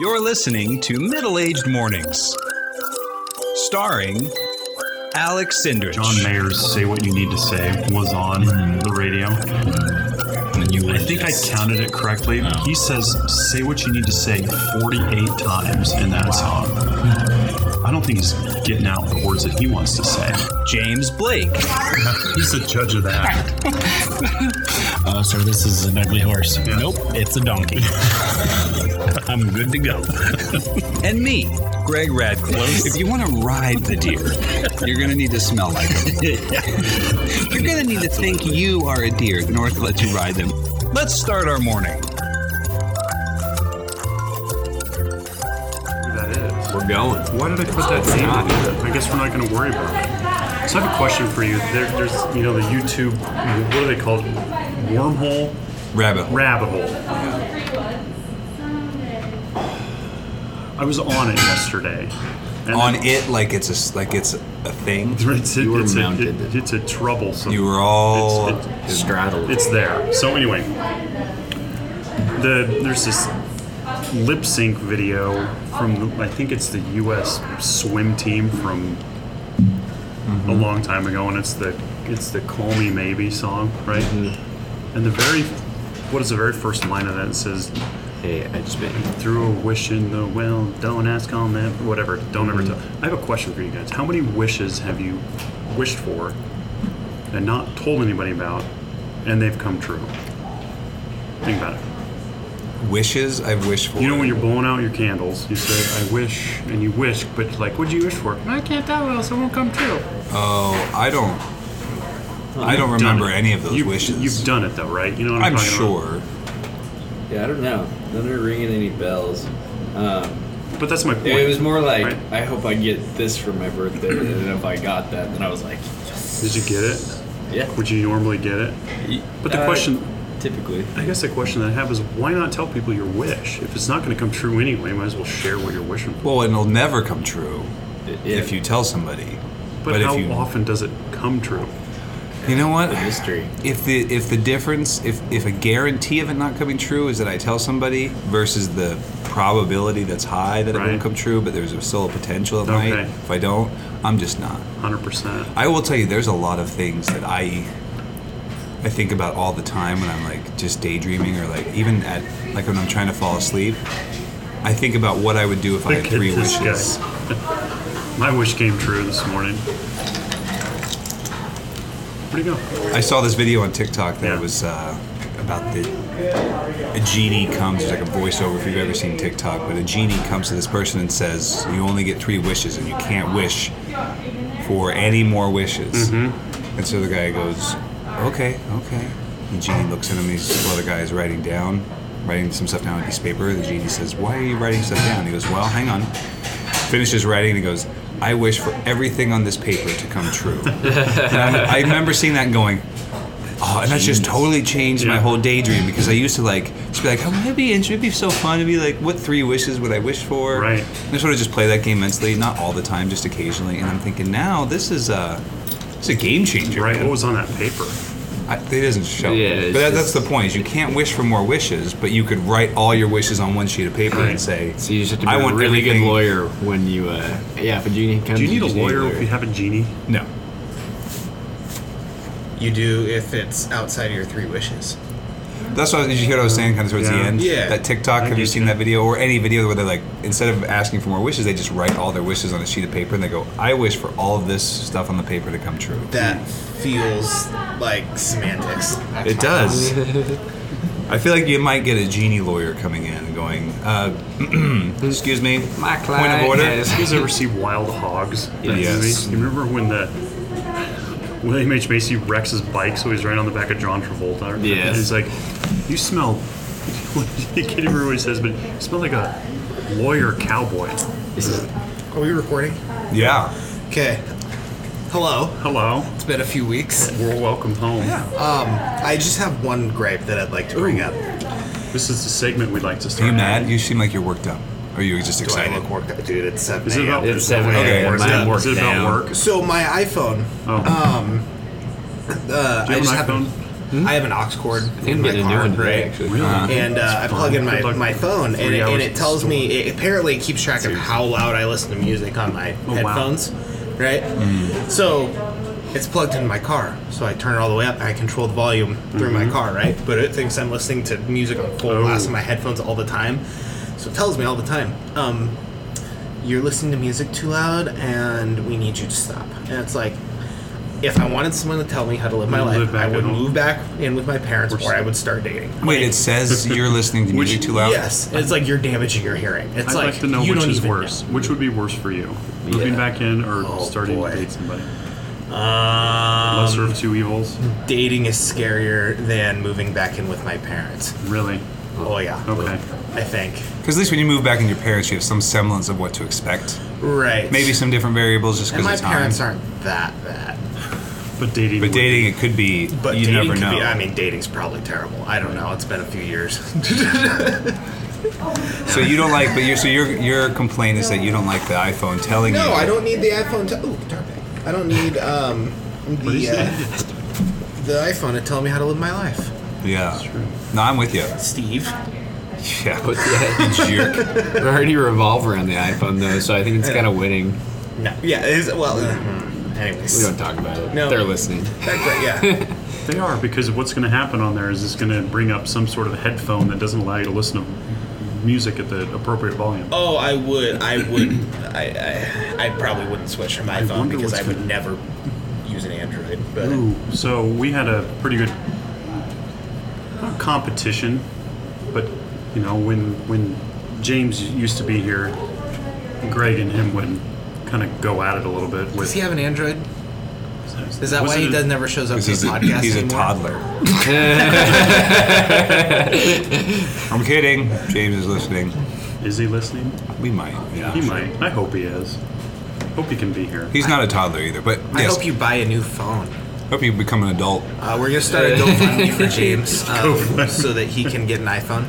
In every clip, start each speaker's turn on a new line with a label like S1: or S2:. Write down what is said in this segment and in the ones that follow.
S1: You're listening to Middle Aged Mornings, starring Alex Sindrich.
S2: John Mayer's Say What You Need to Say was on the radio. I think I counted it correctly. He says, Say What You Need to Say 48 times in that song. I don't think he's getting out the words that he wants to say.
S1: James Blake.
S2: He's the judge of that.
S3: Uh, sir, this is an ugly horse. Nope, it's a donkey. I'm good to go.
S1: and me, Greg Radcliffe. If you want to ride the deer, you're going to need to smell like them. You're going to need to think you are a deer in order to let you ride them. Let's start our morning.
S2: That is.
S4: We're going.
S2: Why did I put that name on it? I guess we're not going to worry about it. So I have a question for you. There, there's, you know, the YouTube, what are they called? Wormhole?
S1: Rabbit. hole.
S2: rabbit hole. I was on it yesterday. And
S1: On
S2: it,
S1: it like it's a, s- like it's a thing.
S2: it's, a-
S4: You were
S2: it's, a,
S4: mounted.
S2: it- it's a troublesome.
S1: You were all-
S2: It's, it-
S4: Straddled.
S2: it's there. So anyway, the there's this lip sync video from the, I think it's the U.S. swim team from
S4: Mm-hmm.
S2: a long time ago, and it's the it's the "Call Me Maybe" song, right?
S4: Mm-hmm.
S2: And the very what is the very first line of that? It says
S4: hey, I just made.
S2: threw a wish in the well. Don't ask on that. Whatever. Don't ever tell.
S4: Mm-hmm.
S2: I have a question for you guys. How many wishes have you wished for and not told anybody about, and they've come true? Think about it.
S1: Wishes I've wished for.
S2: You know when you're blowing out your candles, you say, "I wish," and you wish, but like, what'd you wish for? I can't tell, or else it won't come true.
S1: oh, I don't. I don't
S2: You've done
S1: remember
S2: it.
S1: any of those
S2: You've-
S1: wishes.
S2: You've done it though, right? You know what I'm,
S1: I'm
S2: talking about?
S1: sure.
S4: Yeah, I don't know. None are ringing any bells. Um,
S2: But that's my point.
S4: it was more like,
S2: right?
S4: I hope I get this for my birthday, and then if I got that, then I was like,
S2: Did you get it?
S4: yeah.
S2: Would you normally get it? But the
S4: Uh,
S2: question,
S4: typically,
S2: I guess the question that I have is why not tell people your wish? If it's not going to come true anyway, might as well share what you're wishing for.
S1: Well, and it'll never come true
S4: yeah,
S1: if you tell somebody.
S2: But, how
S1: if you,
S2: often does it come true?
S1: you know what?
S4: the mystery.
S1: If the if the difference if if a guarantee of it not coming true is that I tell somebody versus the probability that's high that it
S2: Right.
S1: won't come true, but there's still a potential it might.
S2: Okay.
S1: If I don't, I'm just not.
S2: 100%.
S1: I will tell you, there's a lot of things that I I think about all the time when I'm like just daydreaming or like even at like when I'm trying to fall asleep. I think about what I would do if I
S2: Look
S1: had
S2: at
S1: three
S2: this
S1: wishes.
S2: guy. My wish came true this morning. Where'd he go?
S1: I saw this video on TikTok that
S2: Yeah.
S1: was uh, about the a genie comes. There's like a voiceover if you've ever seen TikTok, but a genie comes to this person and says, "You only get three wishes, and you can't wish for any more wishes."
S2: Mm-hmm.
S1: And so the guy goes, "Okay, okay." The genie looks at him. He's well, the guy is writing down, writing some stuff down on a piece of paper. The genie says, "Why are you writing stuff down?" He goes, "Well, hang on." Finishes writing and he goes, "I wish for everything on this paper to come true." and I, I remember seeing that and going, Oh, and that's just totally changed my
S2: Yeah.
S1: whole daydream because I used to like just be like, oh, that'd be interesting. It'd be so fun to be like, what three wishes would I wish for?
S2: Right.
S1: And I sort of just play that game mentally, not all the time, just occasionally. And I'm thinking now this is a it's a game changer.
S2: Right?
S1: man.
S2: What was on that paper?
S1: I, it doesn't show.
S4: Yeah, it's
S1: but that, that's
S4: just-
S1: the point. Is you can't wish for more wishes, but you could write all your wishes on one sheet of paper
S2: Right.
S1: and say,
S4: So you just have to be
S1: I
S4: a
S1: want
S4: really
S1: everything-
S4: good lawyer when you, uh, yeah, if a genie comes.
S2: Do you need a
S4: just
S2: lawyer if you have a genie?
S1: no.
S5: You do if it's outside of your three wishes.
S1: That's what did you hear? What I was saying kind of towards
S2: Yeah.
S1: the end.
S5: Yeah.
S1: That TikTok.
S2: I
S1: Have you
S2: get
S1: seen
S2: you.
S1: that video or any video where they're like, instead of asking for more wishes, they just write all their wishes on a sheet of paper and they go, "I wish for all of this stuff on the paper to come true."
S5: That feels like semantics.
S1: It does. I feel like you might get a genie lawyer coming in and going, uh, "Excuse me,
S4: My
S1: point of
S4: client
S1: order."
S4: has-
S2: You guys ever see Wild Hogs? That
S1: Yes.
S2: movie? You remember when the William H Macy wrecks his bike, so he's right on the back of John Travolta. And
S4: Yes.
S2: he's like, "You smell." I can't even remember what he says, but you smell like a lawyer cowboy.
S5: Are we recording?
S1: Yeah.
S5: Okay. Hello.
S2: Hello.
S5: It's been a few weeks. Um,
S2: We're welcome home.
S5: I just have one gripe that I'd like to bring up.
S2: This is the segment we'd like to
S1: Are
S2: start.
S1: you mad? You seem like you're worked up. Or are you just
S5: Do I
S1: excited?
S5: look work Dude, it's 7
S2: Is it about
S5: a.m.
S4: It's seven
S1: Okay,
S4: a.m.
S2: Is it,
S4: I'm
S2: is it
S4: working
S2: about
S4: now.
S2: work?
S5: So my iPhone.
S2: Oh.
S5: Uh,
S2: Do you
S5: I
S2: have
S5: just
S2: an
S5: happened-
S2: iPhone?
S5: I have an aux cord in
S4: I'm
S5: my
S4: getting a new
S5: car,
S4: one today,
S5: right?
S4: actually.
S2: Really?
S5: And uh, I plug in my,
S2: Good luck.
S5: my phone, and
S2: Three
S5: it, and
S2: hours
S5: it
S2: at
S5: tells
S2: the
S5: me. It, apparently, it keeps track of how loud I listen to music on my
S2: Oh, wow. Mm.
S5: headphones, right? So it's plugged in my car, so I turn it all the way up. and I control the volume through my
S2: Mm-hmm.
S5: car, right? But it thinks I'm listening to music on full
S2: Oh.
S5: blast in my headphones all the time, so it tells me all the time. Um, you're listening to music too loud and we need you to stop. And it's like, if I wanted someone to tell me how to live my
S2: Live
S5: life,
S2: back
S5: I would
S2: at home.
S5: move back in with my parents
S2: Or
S5: or I would start dating.
S1: Wait, it says you're listening to music too loud.
S5: Yes, it's like you're damaging your hearing. It's
S2: I'd
S5: like,
S2: like, to know
S5: you
S2: which
S5: don't
S2: is
S5: even
S2: worse. Which would be worse for you? Moving
S4: Yeah.
S2: back in or
S5: Oh,
S2: starting
S5: boy.
S2: to date somebody?
S5: know.
S2: Lesser
S5: Um,
S2: of two evils.
S5: dating is scarier than moving back in with my parents.
S2: Really?
S5: Oh yeah,
S2: Okay.
S5: I think.
S1: Because at least when you move back in your parents, you have some semblance of what to expect.
S5: Right.
S1: Maybe some different variables just
S5: And
S1: because
S5: my
S1: of time.
S5: parents aren't that bad.
S2: But dating.
S1: but
S2: would be-
S1: dating, it could be.
S5: But
S1: you
S5: dating
S1: never
S5: could
S1: know.
S5: Be, I mean, dating's probably terrible. I don't know. It's been a few years.
S1: so you don't like. But you're, so your your complaint is that you don't like the iPhone telling you.
S5: No, I don't need the iPhone to. Ooh, darn it. I don't need um, the uh, the iPhone to tell me how to live my life.
S1: Yeah. No, I'm with you.
S5: Steve,
S1: Yeah.
S4: But yeah,
S1: Jerk.
S4: I already revolve around the iPhone though, so I think it's kind of winning.
S5: no, yeah, it is, well, uh,
S4: We
S5: anyways,
S4: don't talk about it.
S5: No.
S4: They're listening.
S5: Back right, yeah,
S2: They are because what's going to happen on there is it's going to bring up some sort of headphone that doesn't allow you to listen to music at the appropriate volume.
S5: oh, I would, I would, I, I, I probably wouldn't switch from iPhone
S2: wonder
S5: because
S2: what's
S5: I would
S2: gonna-
S5: never use an Android, but
S2: Ooh, so we had a pretty good not competition, but you know when when James used to be here, Greg and him would kind of go at it a little bit. With
S5: does he have an Android? Is that
S2: was
S5: why
S2: it
S5: he
S2: a-
S5: does, never shows up to
S1: He's
S5: the
S1: a,
S5: podcast
S1: he's a
S5: anymore?
S1: toddler. I'm kidding. James is listening.
S2: Is he listening?
S1: We might. Yeah.
S2: He might. I hope he is. Hope he can be here.
S1: He's not a toddler either, but
S5: I
S1: yes.
S5: hope you buy a new phone.
S1: hope you become an adult.
S5: Uh, we're gonna start a GoFundMe for James um, so that he can get an iPhone.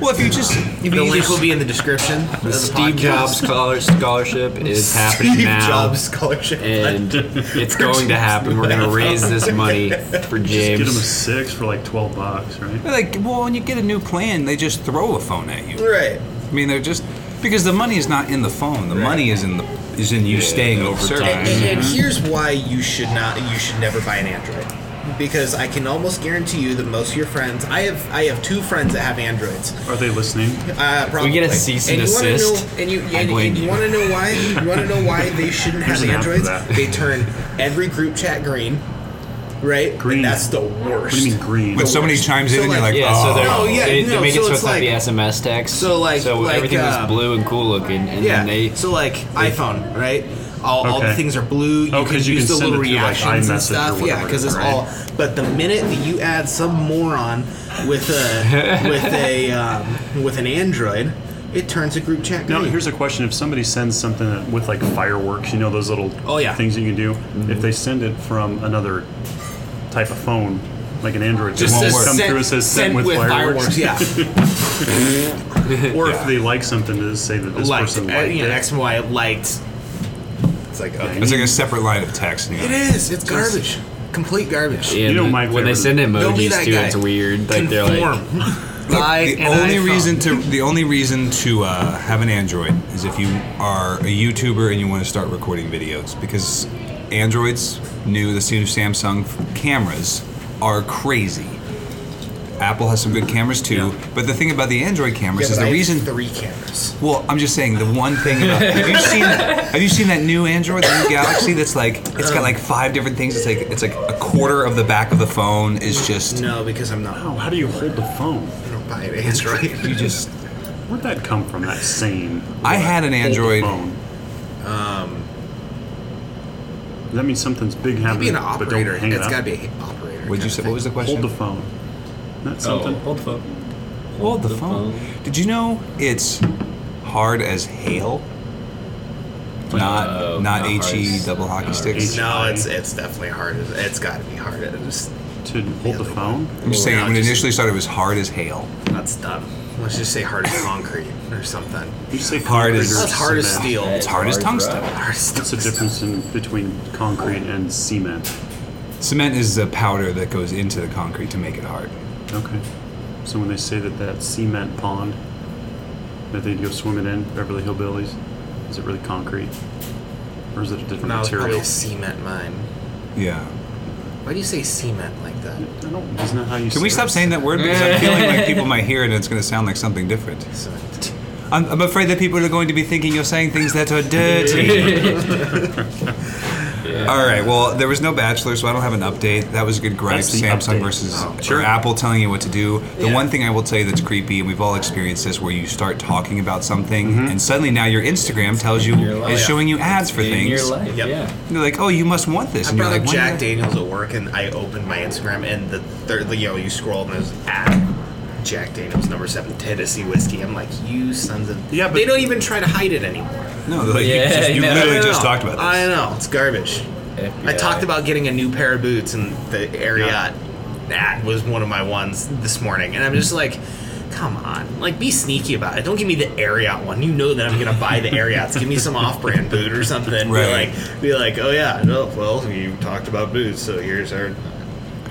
S1: Well, if you just if
S5: The
S1: you
S5: link
S1: just,
S5: will be in the description. of the
S4: The Steve
S5: podcast.
S4: Jobs scholar- scholarship is happening
S5: Steve
S4: now.
S5: Jobs scholarship.
S4: And it's going to happen. We're going to raise this money for
S2: Get him a
S4: James.
S2: six for like twelve bucks, right?
S1: like well, when you get a new plan, they just throw a phone at you.
S5: right.
S1: I mean, they're just because the money is not in the phone. The money is in the is in you staying over
S5: And,
S1: time.
S5: and here's why you should not you should never buy an Android. Because I can almost guarantee you that most of your friends I have I have two friends that have Androids.
S2: Are they listening?
S5: Uh, probably.
S4: get a cease and
S5: you wanna
S4: desist?
S5: Know, and you
S1: I
S5: and,
S1: blame
S5: and you
S1: you.
S5: want to know why? You want to know why they shouldn't have
S2: There's an app for
S5: Androids?
S2: that.
S5: They turn every group chat green. Right. And
S2: Green.
S5: that's the worst.
S2: What do you mean green?
S1: When somebody chimes in
S5: So
S1: and you're
S5: like-
S1: like,
S4: Yeah, so they're,
S1: oh,
S5: No, yeah,
S4: they,
S5: no,
S4: they make
S5: so
S4: it so
S5: it's
S4: it's not the
S5: like-
S4: SMS text.
S5: So, like-
S4: so
S5: like,
S4: everything
S5: uh,
S4: was blue and cool looking, and
S5: Yeah.
S4: then they
S5: so like iPhone, right? All, all the
S2: Okay.
S5: things are blue. You
S2: Oh,
S5: can
S2: 'cause you
S5: use
S2: can
S5: the
S2: send
S5: little
S2: it through, like,
S5: reactions
S2: iMessage
S5: and
S2: or
S5: stuff. Yeah,
S2: whatever,
S5: because it's
S2: right?
S5: all. But the minute that you add some moron with a with a um, with an Android, it turns a group chat.
S2: No,
S5: green.
S2: here's a question. If somebody sends something that- with like fireworks, you know those little
S5: Oh, yeah.
S2: things you can do. If they send it from another type of phone, like an Android,
S5: It
S2: it won't
S5: says
S2: come
S5: sent-
S2: through. It says sent,
S5: sent
S2: with, fireworks.
S5: Yeah,
S2: Or
S1: Yeah.
S2: if they like something, to say that this
S5: liked
S2: person
S5: uh,
S2: liked
S5: you know,
S2: it.
S5: X and Y liked. It's like okay.
S1: it's like a separate line of text. And you
S5: It
S1: go,
S5: is. It's garbage. Complete garbage.
S4: and
S2: You know my
S4: when they
S2: favorite-
S4: send
S5: Don't be that
S4: emojis too,
S5: guy.
S4: it's weird. Like they're like,
S5: Conform. Buy
S1: Look, the
S5: an
S1: only
S5: iPhone.
S1: reason to the only reason to uh, have an Android is if you are a YouTuber and you want to start recording videos because Androids new the new Samsung cameras are crazy. Apple has some good cameras too, but the thing about the Android
S5: Yeah,
S1: cameras
S5: but
S1: is
S5: I
S1: the
S5: have
S1: reason.
S5: three cameras.
S1: Well, I'm just saying the one thing about have you seen have you seen that new Android, the new Galaxy? That's like it's got like five different things. It's like it's like a quarter of the back of the phone is just
S5: No, because I'm not.
S2: oh, how do you hold the phone?
S5: I don't buy an Android.
S1: you just.
S2: Where'd that come from? That sane.
S1: I had an
S2: hold the
S1: Android.
S2: phone. That means something's big
S5: Um, Maybe
S2: happening.
S5: an
S2: But don't
S5: operator.
S2: hang it
S5: It's
S2: up.
S5: got to be an operator.
S1: What'd you
S5: kinda
S1: say?
S5: thing.
S1: What was the question?
S2: hold the phone. Isn't that
S5: Oh,
S2: something?
S4: hold the phone.
S1: Hold the phone. Did you know it's hard as hail? Not
S4: Oh,
S1: not
S4: not
S1: H E
S4: hard.
S1: double hockey
S4: Not
S1: sticks.
S2: H- E
S5: No, it's it's definitely hard. as- It's got to be hard. It's just
S2: to hold the phone.
S1: I'm just saying
S5: No,
S1: when it
S5: just-
S1: initially started it was hard as hail.
S5: that's dumb. Let's just say hard as concrete or something.
S2: You say
S1: Hard as-
S2: concrete or
S5: That's hard as
S2: cement.
S5: steel.
S1: It's hard as tungsten.
S5: Hard as
S2: What's the difference in between concrete and cement?
S1: Cement is the powder that goes into the concrete to make it hard.
S2: Okay. So when they say that that cement pond that they'd go swimming in, Beverly Hillbillies, is it really concrete? Or is it a different
S5: No, it's probably
S2: material?
S5: a cement mine.
S1: Yeah.
S5: Why do you say cement like that?
S2: I don't, isn't that how you
S1: Can we stop saying that word? Because I'm feeling like people might hear it and it's going to sound like something different.
S5: Cement.
S1: I'm, I'm afraid that people are going to be thinking you're saying things that are dirty. All right. Well, there was no bachelor, so I don't have an update. That was a good gripe.
S2: That's the
S1: Samsung
S2: update.
S1: versus
S2: Oh,
S1: or
S2: sure.
S1: Apple telling you what to do. The
S5: Yeah.
S1: one thing I will tell you that's creepy, and we've all experienced this, where you start talking about something, and suddenly now your Instagram tells you
S4: Mm-hmm. Your life.
S1: is showing you ads for
S4: in
S1: things.
S4: your life.
S5: Yep.
S4: Yeah.
S1: And They're like, oh, you must want this.
S5: I
S1: and you're
S5: brought up
S1: like,
S5: Jack
S1: what?
S5: Daniels at work, and I opened my Instagram, and the third, you know, you scroll and there's ad Jack Daniels number seven Tennessee whiskey. I'm like, you sons of
S2: Yeah, but-
S5: they don't even try to hide it anymore.
S1: No, they're like, you
S4: Yeah,
S1: just- you,
S4: I know.
S1: literally
S5: I
S1: just
S5: know.
S1: talked about this.
S5: I know it's garbage. I
S4: FBI.
S5: talked about getting a new pair of boots, and the Ariat ad was one of my ones this morning, and I'm just like. Come on, like be sneaky about it. Don't give me the Ariat one. You know that I'm gonna buy the Ariats. give me some off-brand boot or something.
S1: Right.
S5: Be like, be like, oh yeah, no, well you talked about boots, so here's our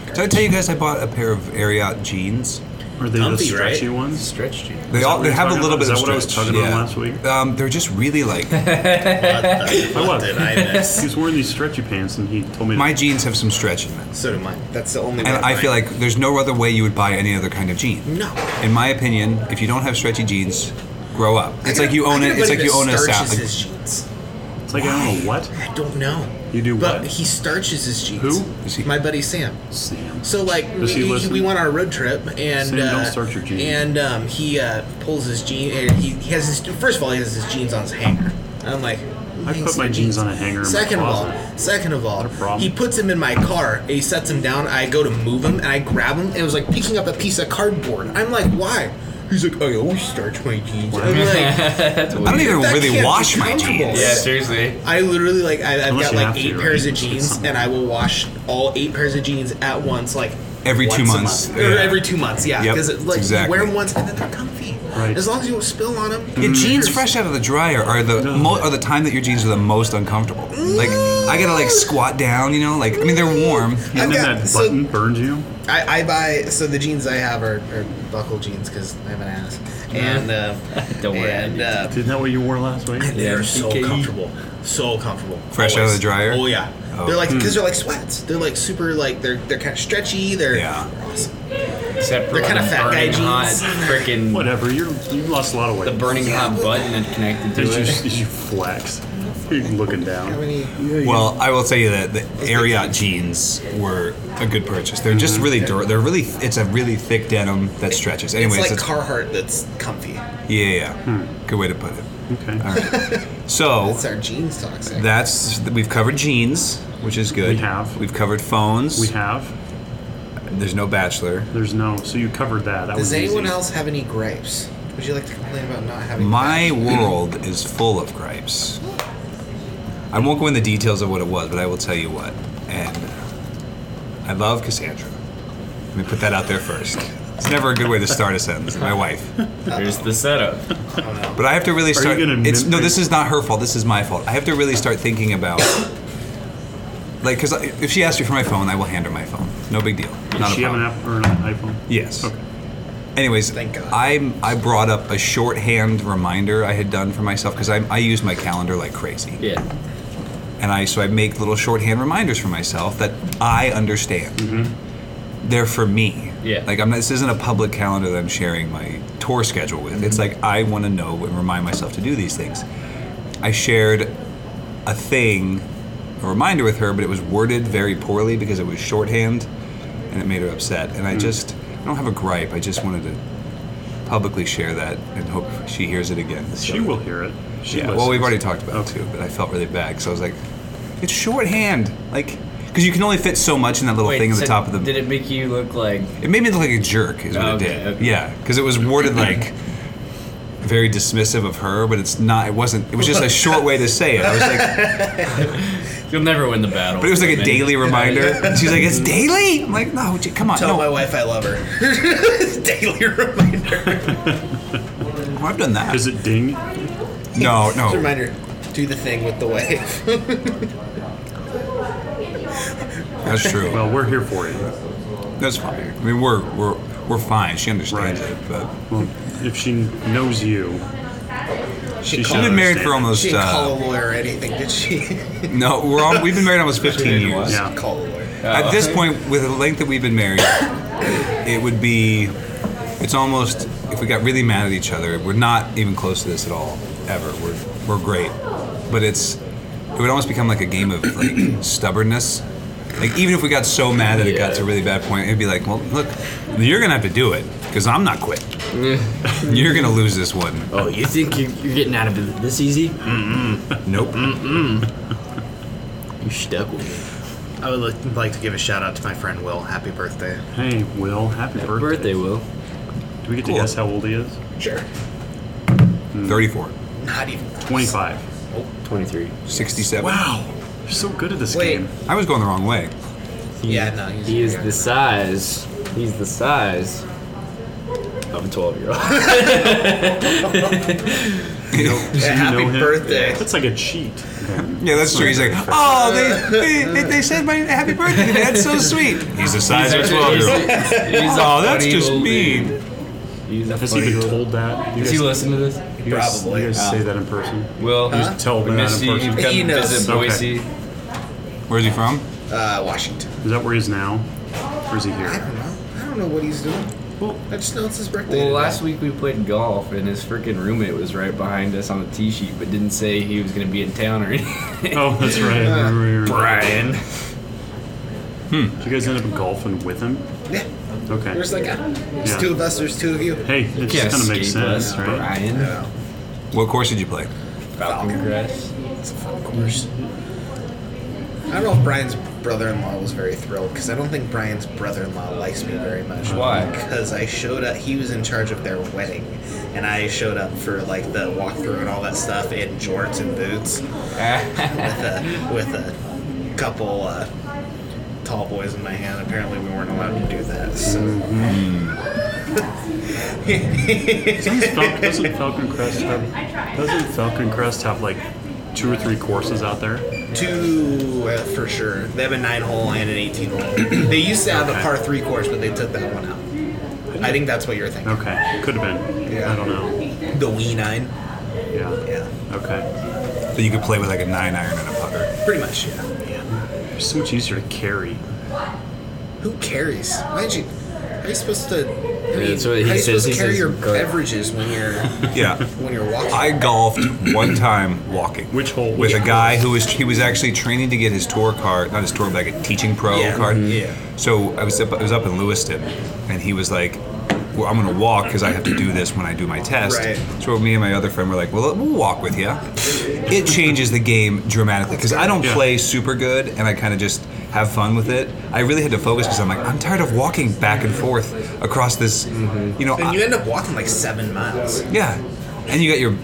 S1: Did I tell you guys I bought a pair of Ariat jeans?
S2: Are they the
S5: Comfy, right?
S2: stretchy ones?
S4: stretch jeans.
S1: They
S2: Is that
S1: all
S2: what
S1: they
S2: you're
S1: have a
S2: talking
S1: little
S2: about?
S1: bit of
S2: Is that what I was
S1: stretch.
S2: talking about
S1: yeah.
S2: last week?
S1: Um, they're just really like
S5: What the- what
S2: was.
S5: did I miss?
S2: He was wearing these stretchy pants and he told me
S1: my
S2: to,
S1: jeans have some stretch in them,
S5: So do mine. That's the only.
S1: and
S5: one
S1: I feel
S5: mine-
S1: like there's no other way you would buy any other kind of jean.
S5: no.
S1: In my opinion, if you don't have stretchy jeans, grow up. It's like you own it. It's like you own a
S5: Starches
S1: salad.
S5: his jeans.
S2: it's like, I don't know what.
S5: I don't know.
S2: You do
S5: but
S2: what?
S5: he starches his jeans.
S2: Who?
S1: Is he-
S5: My buddy Sam.
S2: Sam.
S5: So like
S2: Does he
S5: we,
S2: listen?
S5: we went on a road trip and
S2: Sam, don't
S5: uh,
S2: starch your jeans.
S5: and um, he uh, pulls his jeans. He, he has his first of all he has his jeans on his hanger. And I'm like.
S2: I
S5: "Hangs
S2: put my
S5: their
S2: jeans on a hanger in my
S5: Second of all,
S2: closet.
S5: second of all,
S2: Not a problem.
S5: he puts him in my car. He sets him down. I go to move him, and I grab him, and it was like picking up a piece of cardboard. I'm like, why? He's like, I always starch my jeans. I'm like,
S4: That's
S1: I don't
S4: weird.
S1: even
S5: That can't
S1: really
S5: be
S1: wash my
S5: comfortable.
S1: jeans.
S4: Yeah, seriously.
S5: I literally like I, I've
S2: Unless
S5: got
S2: you
S5: like
S2: have to,
S5: eight
S2: right?
S5: pairs of
S2: It's
S5: jeans,
S2: something.
S5: and I will wash all eight pairs of jeans at once, like
S1: Every two
S5: once a
S1: months,
S5: month. or
S1: yeah.
S5: every two months, yeah,
S1: Yep,
S5: because like you
S1: exactly.
S5: wear them once and then they're comfy.
S2: Right.
S5: As long as you don't spill on them.
S1: Your jeans fresh out of the dryer are the mo- are the time that your jeans are the most uncomfortable. Like I gotta like squat down, you know. Like I mean, they're warm.
S5: I've
S2: And then
S5: got,
S2: that
S5: so
S2: button burned you?
S5: I, I buy so the jeans I have are, are buckle jeans because I have an ass, and uh,
S4: Don't worry, I
S5: and
S4: do.
S5: uh,
S2: Isn't that what you wore last week?
S5: And they're
S4: Yeah,
S5: so
S2: E.
S4: PKE.
S5: comfortable, so comfortable.
S1: Fresh out of the dryer?
S5: Oh yeah,
S1: Oh.
S5: they're like because they're like sweats. They're like super like they're they're kind of stretchy. They're
S1: Yeah.
S5: awesome.
S4: Except for
S5: They're kinda
S4: the
S5: fat guy
S4: burning
S5: jeans.
S4: hot freaking
S2: Whatever, you're, you lost a lot of weight.
S4: the burning hot button that's connected to
S2: Did you,
S4: it.
S2: did you flex? You're looking down.
S5: How many?
S1: Well, I will tell you that the Ariat jeans were a good purchase. They're just really dur- they're really it's a really thick denim that stretches. Anyways,
S5: it's like
S1: that's-
S5: Carhartt that's comfy.
S1: yeah, yeah. Good way to put it.
S2: Okay.
S1: All right. So
S5: That's our jeans talk. segment.
S1: that's we've covered jeans, which is good.
S2: We have.
S1: We've covered phones.
S2: We have.
S1: There's no bachelor.
S2: There's no. So you covered that. That
S5: Does
S2: was
S5: anyone
S2: easy.
S5: else have any gripes? Would you like to complain about not having?
S1: My world is full of gripes. I won't go into details of what it was, but I will tell you what. And I love Cassandra. Let me put that out there first. It's never a good way to start a sentence. My wife.
S4: There's the setup.
S1: But I have to really start.
S2: gonna
S1: it's no,
S2: nitpick?
S1: this is not her fault. This is my fault. I have to really start thinking about, like, because if she asks me for my phone, I will hand her my phone. No big deal. Not
S2: Does
S1: a
S2: she have an
S1: problem.
S2: app or an iPhone?
S1: Yes.
S2: Okay.
S1: Anyways,
S5: Thank God.
S1: I I brought up a shorthand reminder I had done for myself because I I use my calendar like crazy,
S4: Yeah.
S1: and I so I make little shorthand reminders for myself that I understand. They're for me.
S4: Yeah.
S1: Like I'm not, this isn't a public calendar that I'm sharing my tour schedule with. It's like I want to know and remind myself to do these things. I shared a thing, a reminder with her, but it was worded very poorly because it was shorthand and it made her upset. And I just, I don't have a gripe. I just wanted to publicly share that and hope she hears it again.
S2: She
S1: So-
S2: will hear it. She
S1: yeah. Well, we've
S2: listens.
S1: already talked about
S2: Okay.
S1: it too, but I felt really bad because I was like, it's shorthand. Like, because you can only fit so much in that little thing at
S4: so
S1: the top of the.
S4: Did it make you look like
S1: It made me look like a jerk, is what
S4: Okay,
S1: it did.
S4: okay.
S1: Yeah, because it was worded like very dismissive of her, but it's not. It wasn't. It was just a short way to say it. I was like,
S4: you'll never win the battle?
S1: but it was like a
S4: women.
S1: daily reminder. She's like, it's daily. I'm like, no, j- come on,
S5: Tell my
S1: no,
S5: wife I love her. Daily reminder.
S1: I've done that.
S2: Does it ding?
S1: Oh, No, no.
S5: reminder. Do the thing with the wave.
S1: That's true.
S2: Well, we're here for you.
S1: That's fine. I mean, we're we're we're fine. She understands
S2: Right.
S1: it, but
S2: Well, if she knows you, she
S1: she's been married for almost.
S5: She didn't call a
S1: Uh,
S5: lawyer or anything, did she?
S1: no, we're on, we've been married almost 15 years.
S2: Yeah.
S5: call a lawyer.
S1: At this point, with the length that we've been married, it would be. It's almost if we got really mad at each other. We're not even close to this at all. Ever. We're we're great, but it's it would almost become like a game of like stubbornness. Like even if we got so mad that it got to a really bad point, it'd be like, well, look, you're gonna have to do it because I'm not quit. you're gonna lose this one.
S6: Oh, you think you're, you're getting out of it this easy?
S1: Nope.
S6: You're stuck with me.
S5: I would like- like to give a shout out to my friend Will. Happy birthday.
S2: hey, Will, happy birthday.
S6: Birthday, Will.
S2: Do we get to
S1: Cool.
S2: guess how old he is?
S5: Sure.
S1: 34.
S5: Not even.
S2: 25.
S4: Oh,
S6: 23.
S1: 67.
S2: Wow, you're so good at this
S5: Wait.
S2: game.
S1: I was going the wrong way.
S5: Yeah, no, he's-
S6: He is the size. He's the size of a 12 year old.
S5: Yeah, happy
S2: know him?
S5: birthday.
S2: That's like a cheat.
S1: Yeah, that's true. He's like, oh, they, they, they, they said my happy birthday. today. That's so sweet. He's a size of 12 year old. Oh, that's just mean.
S6: He's a
S2: Has he
S6: funny
S2: been
S6: little-
S2: told that? You guys,
S6: Does Oh, he listen to this?
S2: you guys,
S5: Probably.
S2: You guys say that in person.
S4: Will,
S2: You just tell
S4: we
S2: them that
S4: miss
S2: in
S4: you. You've
S2: person.
S4: come
S5: He
S4: to
S5: knows.
S4: visit
S2: Okay.
S4: Boise.
S1: Where's he from?
S5: Uh, Washington.
S2: Is that where he is now? Or is he here?
S5: I don't know what he's doing.
S2: Well,
S5: I just know it's his birthday.
S4: Well,
S5: today.
S4: last week we played golf, and his freaking roommate was right behind us on the tee sheet, but didn't say he was going to be in town or anything.
S2: oh, that's right.
S4: Brian.
S2: Did you guys end up golfing with him?
S5: yeah,
S2: Okay.
S5: there's like a, there's
S2: Yeah.
S5: two of us. There's two of you.
S2: Hey, it just kind of makes
S4: escape
S2: sense,
S4: us,
S2: right?
S4: Brian.
S1: What course did you play?
S4: Falcon Crest.
S5: Of course. I don't know if Brian's brother-in-law was very thrilled because I don't think Brian's brother-in-law likes me very much.
S4: Why?
S5: Because I showed up. He was in charge of their wedding, and I showed up for like the walkthrough and all that stuff in jorts and boots with a with a couple uh, tall boys in my hand. Apparently, we weren't allowed to do that. So
S4: Mm-hmm.
S2: Fal- doesn't Falcon Crest have? Doesn't Falcon Crest have like two or three courses out there?
S5: two uh, for sure. They have a nine-hole and an eighteen-hole. they used to have a
S2: Okay.
S5: par three course, but they took that one out. I think that's what you're thinking.
S2: Okay, could have been.
S5: Yeah.
S2: I don't know.
S5: The Wii Nine.
S2: Yeah.
S5: Yeah.
S2: Okay.
S1: So you could play with like a nine iron and a putter.
S5: Pretty much, yeah. yeah.
S2: It's so much easier to carry.
S5: Who carries? Why did you? How are you supposed to? I mean,
S6: that's what he
S5: how are you
S6: says.
S5: supposed to
S6: He
S5: carry
S6: says
S5: your
S6: go-
S5: beverages when you're
S1: Yeah.
S5: when you're walking?
S1: I golfed one time walking.
S2: Which hole?
S1: With
S2: Which
S1: a guy who was he was actually training to get his tour card, not his tour, but like a teaching pro
S5: Yeah.
S1: card.
S5: Mhm. Yeah.
S1: So I was up, I was up in Lewiston, and he was like, "Well, I'm gonna walk because I have to do this when I do my test."
S5: Right.
S1: So me and my other friend were like, "Well, we'll walk with you." It changes the game dramatically because I don't
S2: Yeah.
S1: play super good, and I kind of just have fun with it. I really had to focus because I'm like, I'm tired of walking back and forth across this,
S2: Mm-hmm.
S1: you know. I-
S5: and you end up walking like seven miles.
S1: yeah, and you got your. I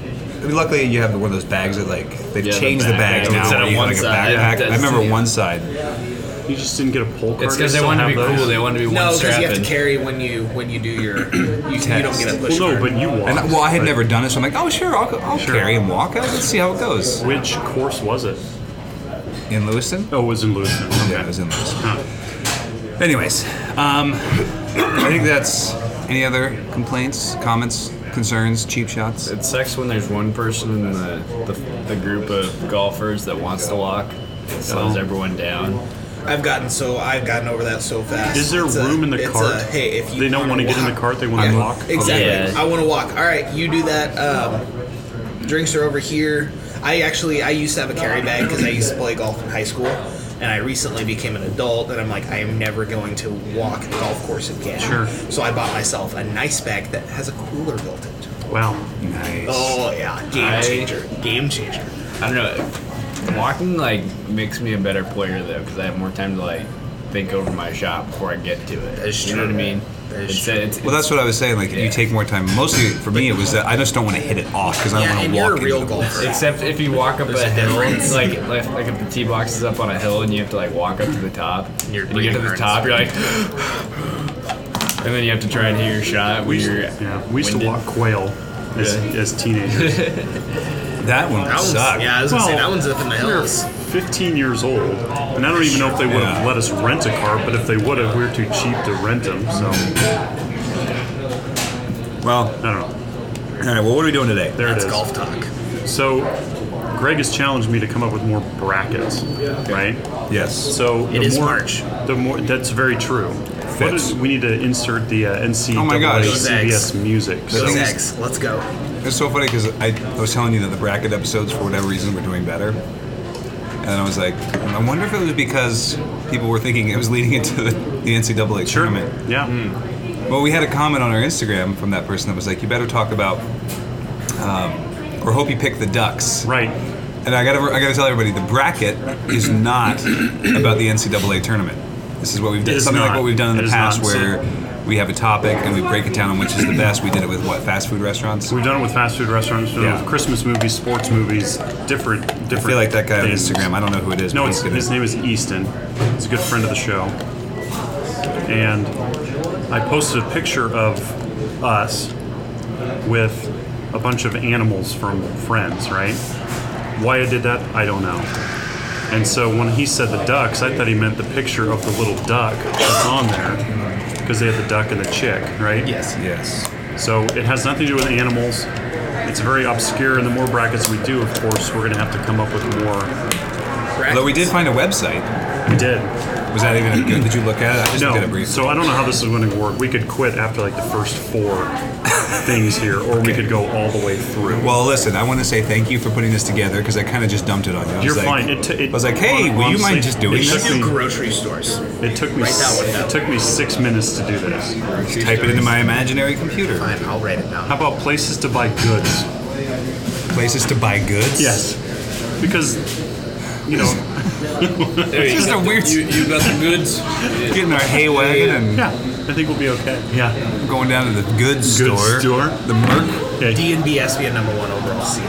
S1: mean, luckily, you have one of those bags that like they've
S6: Yeah, the
S1: changed the,
S6: backpack.
S1: bags now.
S6: Instead
S1: where
S6: of
S1: you have,
S6: one
S1: like
S6: side,
S1: a backpack. I
S6: that's-
S1: remember
S6: yeah.
S1: one side.
S2: You just didn't get a pole card.
S6: It's because they want to be cool. They want to be one
S5: No, because
S6: strap.
S5: you have to
S6: and-
S5: carry when you when you do your you, you don't get a push.
S2: Well, no,
S5: card.
S2: but you walked.
S1: And I- well, I had
S2: but
S1: never done it, so I'm like, oh sure, I'll, go- I'll
S2: Sure.
S1: carry and walk out. Let's see how it goes
S2: Which course was it?
S1: in Lewiston.
S2: Oh, it was in Lewiston. Okay.
S1: Yeah, it was in Lewiston. Anyways, um, I think that's any other complaints, comments, concerns, cheap shots.
S6: It sucks when there's one person in the, the, the group of golfers that wants to walk. It slows
S2: Oh.
S6: everyone down.
S5: I've gotten so I've gotten over that so fast.
S2: Is there
S5: It's a-
S2: room in the
S5: it's
S2: cart?
S5: A, hey, if you
S2: they don't
S5: want to
S2: get in the cart. They want to walk.
S5: Exactly.
S6: Yeah.
S5: I want to walk. All right, you do that. Um, drinks are over here. I actually I used to have a carry bag because I used to play golf in high school, and I recently became an adult, and I'm like I am never going to walk a golf course again.
S2: Sure.
S5: So I bought myself a nice bag that has a cooler built into. it.
S2: Wow.
S1: Nice.
S5: Oh yeah, game
S6: I-
S5: changer. Game changer.
S6: I don't know. Walking like makes me a better player though, because I have more time to like think over my shot before I get to it.
S5: That's
S6: you know
S5: true.
S6: what I mean?
S5: That is
S6: It's-
S5: true.
S6: it's-
S1: Well, that's what I was saying. Like, you take more time. Mostly for me, it was that I just don't want to hit it off because I don't
S5: Yeah,
S1: want
S5: and
S1: to walk.
S5: you're a real
S1: into the-
S5: golfer.
S6: Except if you walk up
S5: a
S6: a hill,
S5: difference.
S6: like, like like if the tee box is up on a hill and you have to like walk up to the top, and,
S5: you're
S6: you get to the
S5: breathing
S6: top, you're like, and then you have to try and hit your shot. When you're
S2: Yeah. We used to
S6: winded.
S2: walk quail as,
S6: Yeah.
S2: as teenagers.
S1: That one
S5: That one's,
S1: sucked.
S5: yeah, I was gonna say
S2: Well,
S5: that one's up in the hills.
S2: 15 years old, and I don't even know if they would have
S1: Yeah.
S2: let us rent a car. But if they would have, we are too cheap to rent them. So I
S1: Well,
S2: don't know.
S1: all right. Well, what are we doing today?
S2: There
S5: That's
S2: it is.
S5: golf talk.
S2: So Greg has challenged me to come up with more brackets, right?
S1: Yes.
S2: So
S5: It
S2: the
S5: is
S2: more,
S5: March.
S2: The more that's very true. What
S1: Fits.
S2: is, we need to insert the uh, NCAA
S1: Oh my gosh.
S5: Those eggs.
S2: CBS music. So
S5: Those
S1: things-
S5: eggs. Let's go.
S1: It's so funny because I, I was telling you that the bracket episodes, for whatever reason, were doing better. And I was like, I wonder if it was because people were thinking it was leading into the, the NCAA
S2: sure,
S1: tournament.
S2: yeah.
S1: Hmm. Well, we had a comment on our Instagram from that person that was like, "You better talk about, um, or hope you pick the ducks."
S2: Right.
S1: And I gotta, I gotta tell everybody, the bracket is not about the NCAA tournament. This is what we've
S2: It
S1: done,
S2: is
S1: something like
S2: not.
S1: what we've done in
S2: It
S1: the
S2: is
S1: past,
S2: not. So-
S1: where we have a topic and we break it down on which is the best. We did it with what fast food restaurants.
S2: We've done it with fast food restaurants, we've done it
S1: Yeah.
S2: with Christmas movies, sports movies, different different.
S1: I feel like that guy on
S2: things.
S1: Instagram. I don't know who it is.
S2: No,
S1: but
S2: it's,
S1: he's gonna-
S2: his name is Easton. He's a good friend of the show, and I posted a picture of us with a bunch of animals from Friends. Right? Why I did that, I don't know. And so when he said the ducks, I thought he meant the picture of the little duck that's on there, because they had the duck and the chick, right?
S5: Yes.
S1: Yes.
S2: So it has nothing to do with animals. It's very obscure, and the more brackets we do, of course, we're going to have to come up with more.
S1: Although we did find a website.
S2: We did.
S1: Was that even good? Did you look at it? I just did a
S2: No,
S1: brief.
S2: so I don't know how this is going to work. We could quit after like the first four things here, or we could go all the way through.
S1: Well, listen, I want to say thank you for putting this together because I kind of just dumped it on you. I was
S2: You're
S1: like,
S2: fine. It t- it-
S1: I was like, hey, will you
S2: honestly,
S1: mind just doing
S2: it took
S1: this?
S2: me-
S5: Grocery stores.
S2: it took me
S5: Write that one
S2: s-
S5: down.
S2: it took me six minutes to do this.
S1: Type it into my imaginary computer.
S5: Fine, I'll write it down.
S2: How about places to buy goods?
S1: Places to buy goods.
S2: Yes, because you know
S1: It's just a weird.
S6: You, you got the goods.
S1: Getting our hay wagon
S2: Yeah, I think we'll be okay. Yeah.
S1: and going down to the goods,
S2: Goods
S1: store.
S2: store.
S1: The Merc.
S2: Okay.
S5: D and B has to be a number one overall seed.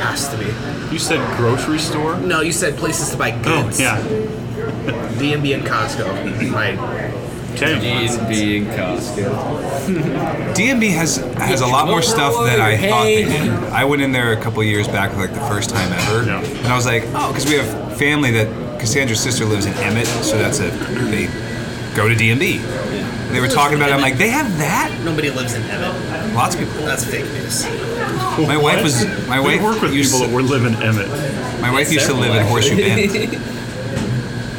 S5: Has to be.
S2: You said grocery store?
S5: No, you said places to buy
S2: Oh,
S5: goods.
S2: yeah.
S5: D and B and Costco. My
S2: Okay.
S6: being Costco.
S1: DMB has has a lot more stuff than I thought they did. I went in there a couple years back, like the first time ever,
S2: Yeah.
S1: and I was like, oh, because we have family that Cassandra's sister lives in Emmett, so that's it. They go to DMB. And They were talking about it. I'm like, they have that.
S5: nobody lives in Emmett.
S1: Lots of people.
S5: That's fake news.
S1: My wife was. My
S2: We
S1: wife
S2: work with
S1: used
S2: people that
S1: to,
S2: were living Emmett.
S1: My wife used to live in Horseshoe Bend.